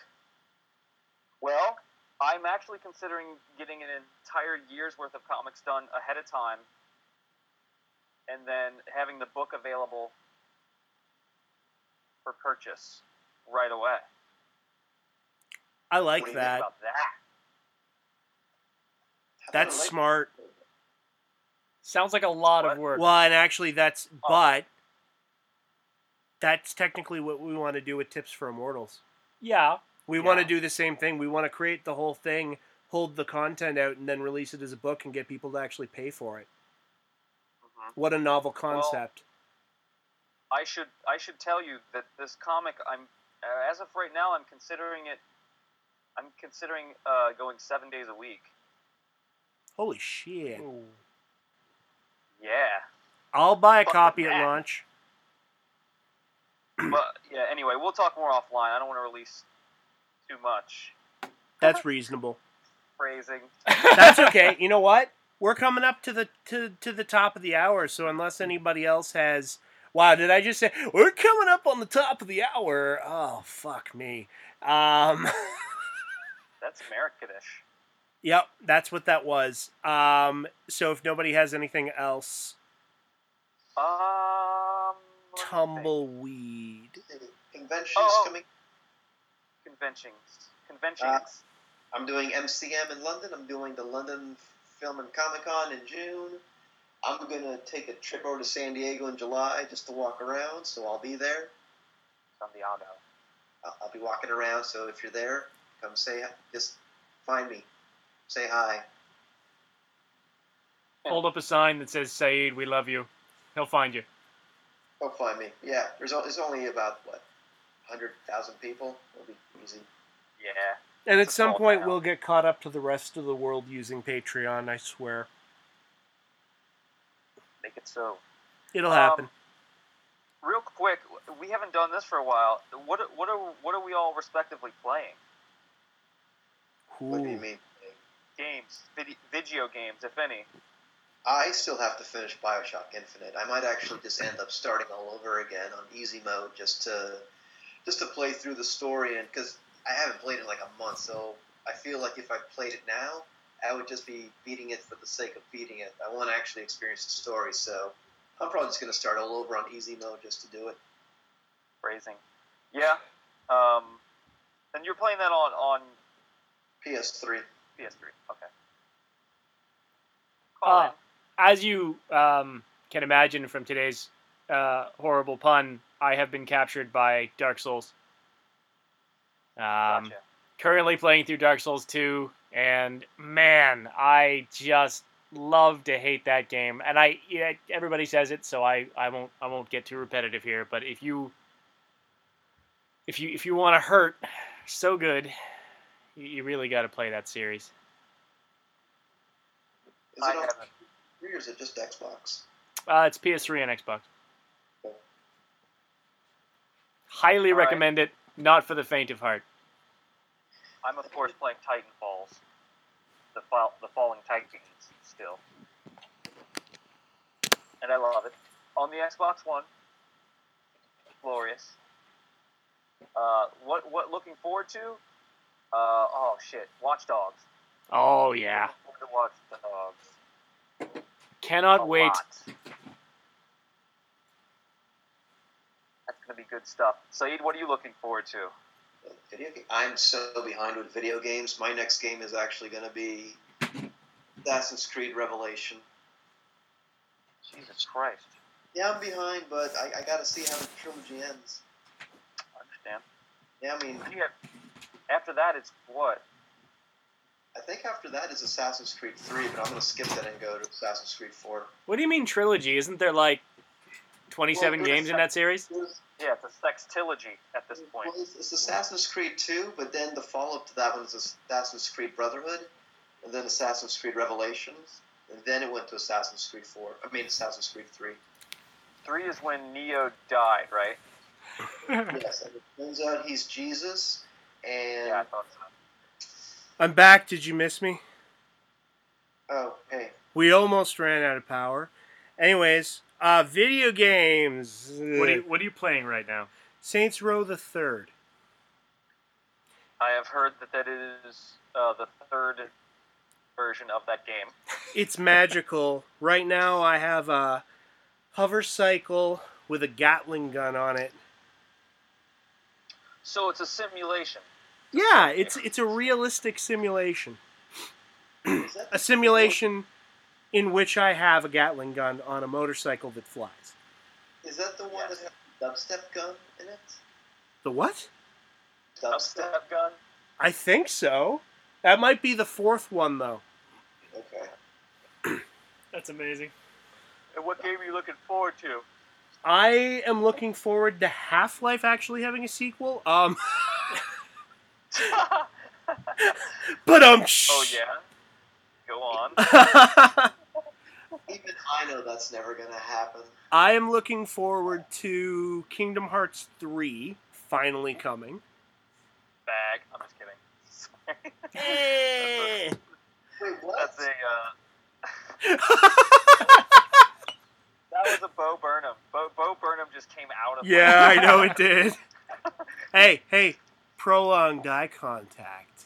Well, I'm actually considering getting an entire year's worth of comics done ahead of time and then having the book available for purchase right away. I what do like you think that. about that? How about That's I like- smart. Sounds like a lot of What? work. Well, and actually, that's but that's technically what we want to do with Tips for Immortals. yeah. We Yeah. want to do the same thing. We want to create the whole thing, hold the content out, and then release it as a book and get people to actually pay for it. Mhm. What a novel concept! I should I should tell you that this comic I'm uh, as of right now I'm considering it. I'm considering uh, going seven days a week. Holy shit! Yeah, I'll buy a Fuck copy at that. launch. but yeah. Anyway, we'll talk more offline. I don't want to release too much That's reasonable. phrasing. That's okay. You know what? We're coming up to the to to the top of the hour, so unless anybody else has Wow, did I just say we're coming up on the top of the hour? Oh fuck me. Um That's Americanish. Yep, that's what that was. Um so if nobody has anything else, Um, let me think. tumbleweed. Conventions Oh, oh. coming. conventions. Conventions. I'm doing MCM in London. I'm doing the London Film and Comic Con in June. I'm gonna take a trip over to San Diego in July just to walk around. So I'll be there. Santiago. I'll, I'll be walking around. So if you're there, come say just find me, say hi. Hold up a sign that says "Saeed, we love you." He'll find you. Go find me. Yeah, there's, o- there's only about what, hundred thousand people. It'll be easy. Yeah. And at It's some all point down. we'll get caught up to the rest of the world using Patreon, I swear. Make it so. It'll Um, happen. Real quick, we haven't done this for a while. What what are what are we all respectively playing? What do you Ooh. mean? Games, vid- video games, if any. I still have to finish Bioshock Infinite. I might actually just end up starting all over again on easy mode just to just to play through the story and because I haven't played it in like a month, so I feel like if I played it now, I would just be beating it for the sake of beating it. I want to actually experience the story, so I'm probably just going to start all over on easy mode just to do it. Phrasing. Yeah. Um, and you're playing that on on PS3. PS3. Okay. Uh, as you um, can imagine from today's uh, horrible pun, I have been captured by Dark Souls. Um, Colin, gotcha. Currently playing through Dark Souls 2, and man, I just love to hate that game. And I, yeah, everybody says it, so I, I won't, I won't get too repetitive here. But if you, if you, if you want to hurt so good, you, you really got to play that series. Is I it on haven't. PS3 or is it just Xbox? Uh, it's PS3 and Xbox. Okay. Highly All right. recommend it. Not for the faint of heart. I'm of course playing Titan Falls. The fall, the falling Titans still. And I love it. On the Xbox One. Glorious. Uh, what what looking forward to? Uh, oh shit, Watch Dogs. Oh yeah, Looking forward to Watch Dogs. cannot A wait. lot. That's gonna be good stuff. Saeed, what are you looking forward to? Video game. I'm so behind with video games. My next game is actually going to be Assassin's Creed Revelation. Jesus Christ. Yeah, I'm behind, but I, I got to see how the trilogy ends. I understand. Yeah, I mean, Then you have, after that, it's what? I think after that is Assassin's Creed 3, but I'm going to skip that and go to Assassin's Creed 4. What do you mean trilogy? Isn't there like twenty-seven Well, games in that series? Yeah, it's a sextilogy at this point. Well, it's, it's Assassin's Creed 2, but then the follow up to that one is Assassin's Creed Brotherhood, and then Assassin's Creed Revelations, and then it went to Assassin's Creed 4. I mean, Assassin's Creed 3. Three is when Neo died, right? Hmm. yes, and it turns out he's Jesus, and. Yeah, I thought so. I'm back. Did you miss me? Oh, hey. We almost ran out of power. Anyways, uh, video games. What are you playing right now? Saints Row the Third. I have heard that that is uh, the third version of that game. It's magical. right now, I have a hover cycle with a Gatling gun on it. So it's a simulation. Yeah, it's it's a realistic simulation. Is Hmm. that A the- simulation in which I have a Gatling gun on a motorcycle that flies. Is that the one that has the dubstep gun in it? The what? Dubstep. Upstep gun. I think so. That might be the fourth one though. Okay. That's amazing. And what game are you looking forward to? I am looking forward to Half Life actually having a sequel. Um, but um. oh yeah. Go on. yeah. Even I know that's never gonna happen. I am looking forward to Kingdom Hearts three finally coming. Bag. I'm just kidding. Wait, what? That's a. Uh, that was a Bo Burnham. Bo, Bo Burnham just came out of. yeah, I know it did. hey, hey, prolonged eye contact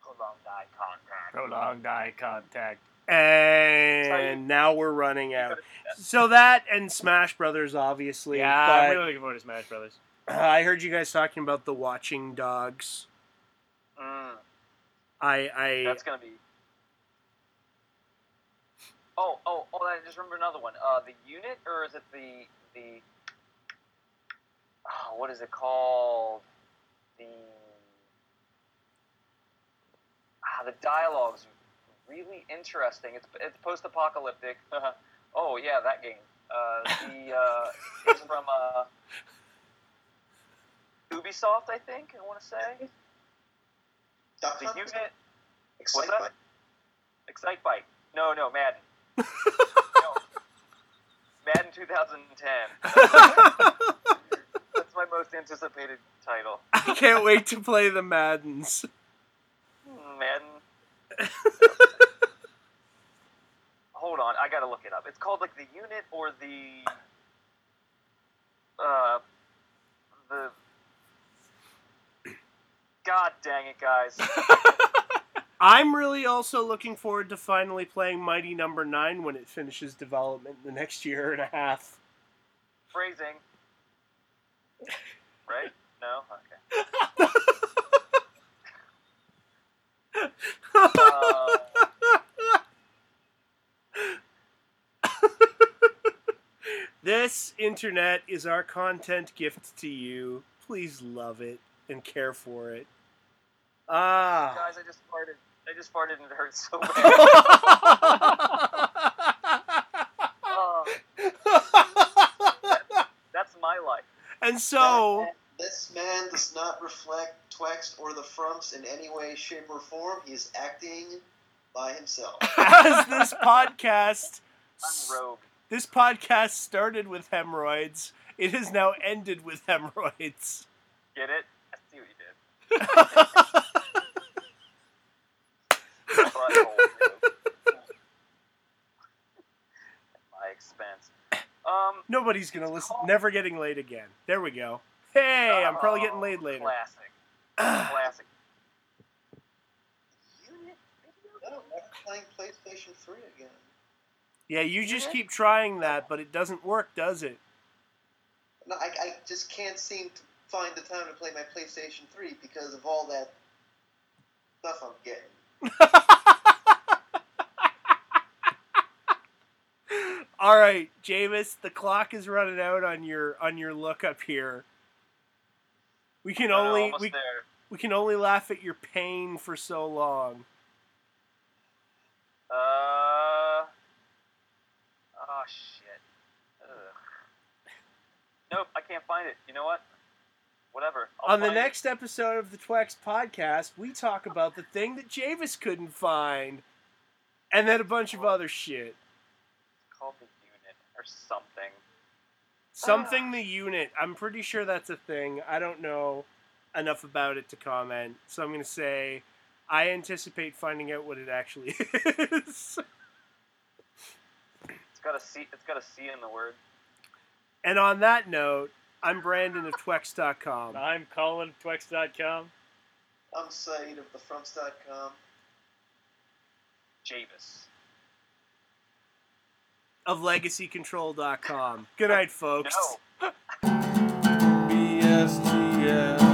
Prolonged eye contact. Prolonged eye contact. and now we're running out. So that and Smash Brothers, obviously. Yeah, but- I'm really looking forward to Smash Brothers. I heard you guys talking about the watching dogs. Mm, I I that's gonna be. Oh, oh, oh! I just remember another one. Uh, the unit, or is it the the? Oh, what is it called? The ah, the dialogue's really interesting. It's it's post-apocalyptic. oh yeah, that game. Uh, the uh, it's from uh, Ubisoft, I think. I want to say Duck the Hunt? unit. Excite that? Bike? Excite Bike. No, no, Madden. no. Madden 2010. That's my most anticipated title. I can't wait to play the Maddens. Hmm, Madden. Hold on, I gotta look it up. It's called like the unit or the uh the God dang it, guys. I'm really also looking forward to finally playing Mighty Number Nine when it finishes development in the next year and a half. Phrasing. Right? No? Okay. Uh, This internet is our content gift to you. Please love it and care for it. Ah. guys, I just farted. I just farted and it hurts so bad. Oh, that's my life. and so, This man does not reflect Twext or the Frumps in any way, shape, or form. He is acting by himself. as this podcast, I'm rogue. this podcast started with hemorrhoids. It has now ended with hemorrhoids. Get it? I see what you did. Butthole, dude. At my expense. Um, Nobody's gonna It's listen. called- Never getting laid again. There we go. Hey, I'm probably getting laid oh, later. Classic. classic. Unit no, I'm never playing PlayStation 3 again. Yeah, you just keep trying that, but it doesn't work, does it? No, I, I just can't seem to find the time to play my PlayStation 3 because of all that stuff I'm getting. All right, Jameis, the clock is running out on your on your lookup here. We can No, no, only almost we, there. we can only laugh at your pain for so long. Uh. Oh shit. Ugh. Nope, I can't find it. You know what? Whatever. I'll on the find it. next episode of the Twex podcast, we talk about the thing that Javis couldn't find, and then a bunch of other shit. It's called the unit or something. Something the unit. I'm pretty sure that's a thing. I don't know enough about it to comment. So I'm going to say I anticipate finding out what it actually is. It's got a C. It's got a C in the word. and on that note, I'm Brandon of Twex.com. I'm Colin Twex.com. I'm Said of thefrumps.com. Javis. Of LegacyControl.com. Good night, folks. No. BSTL.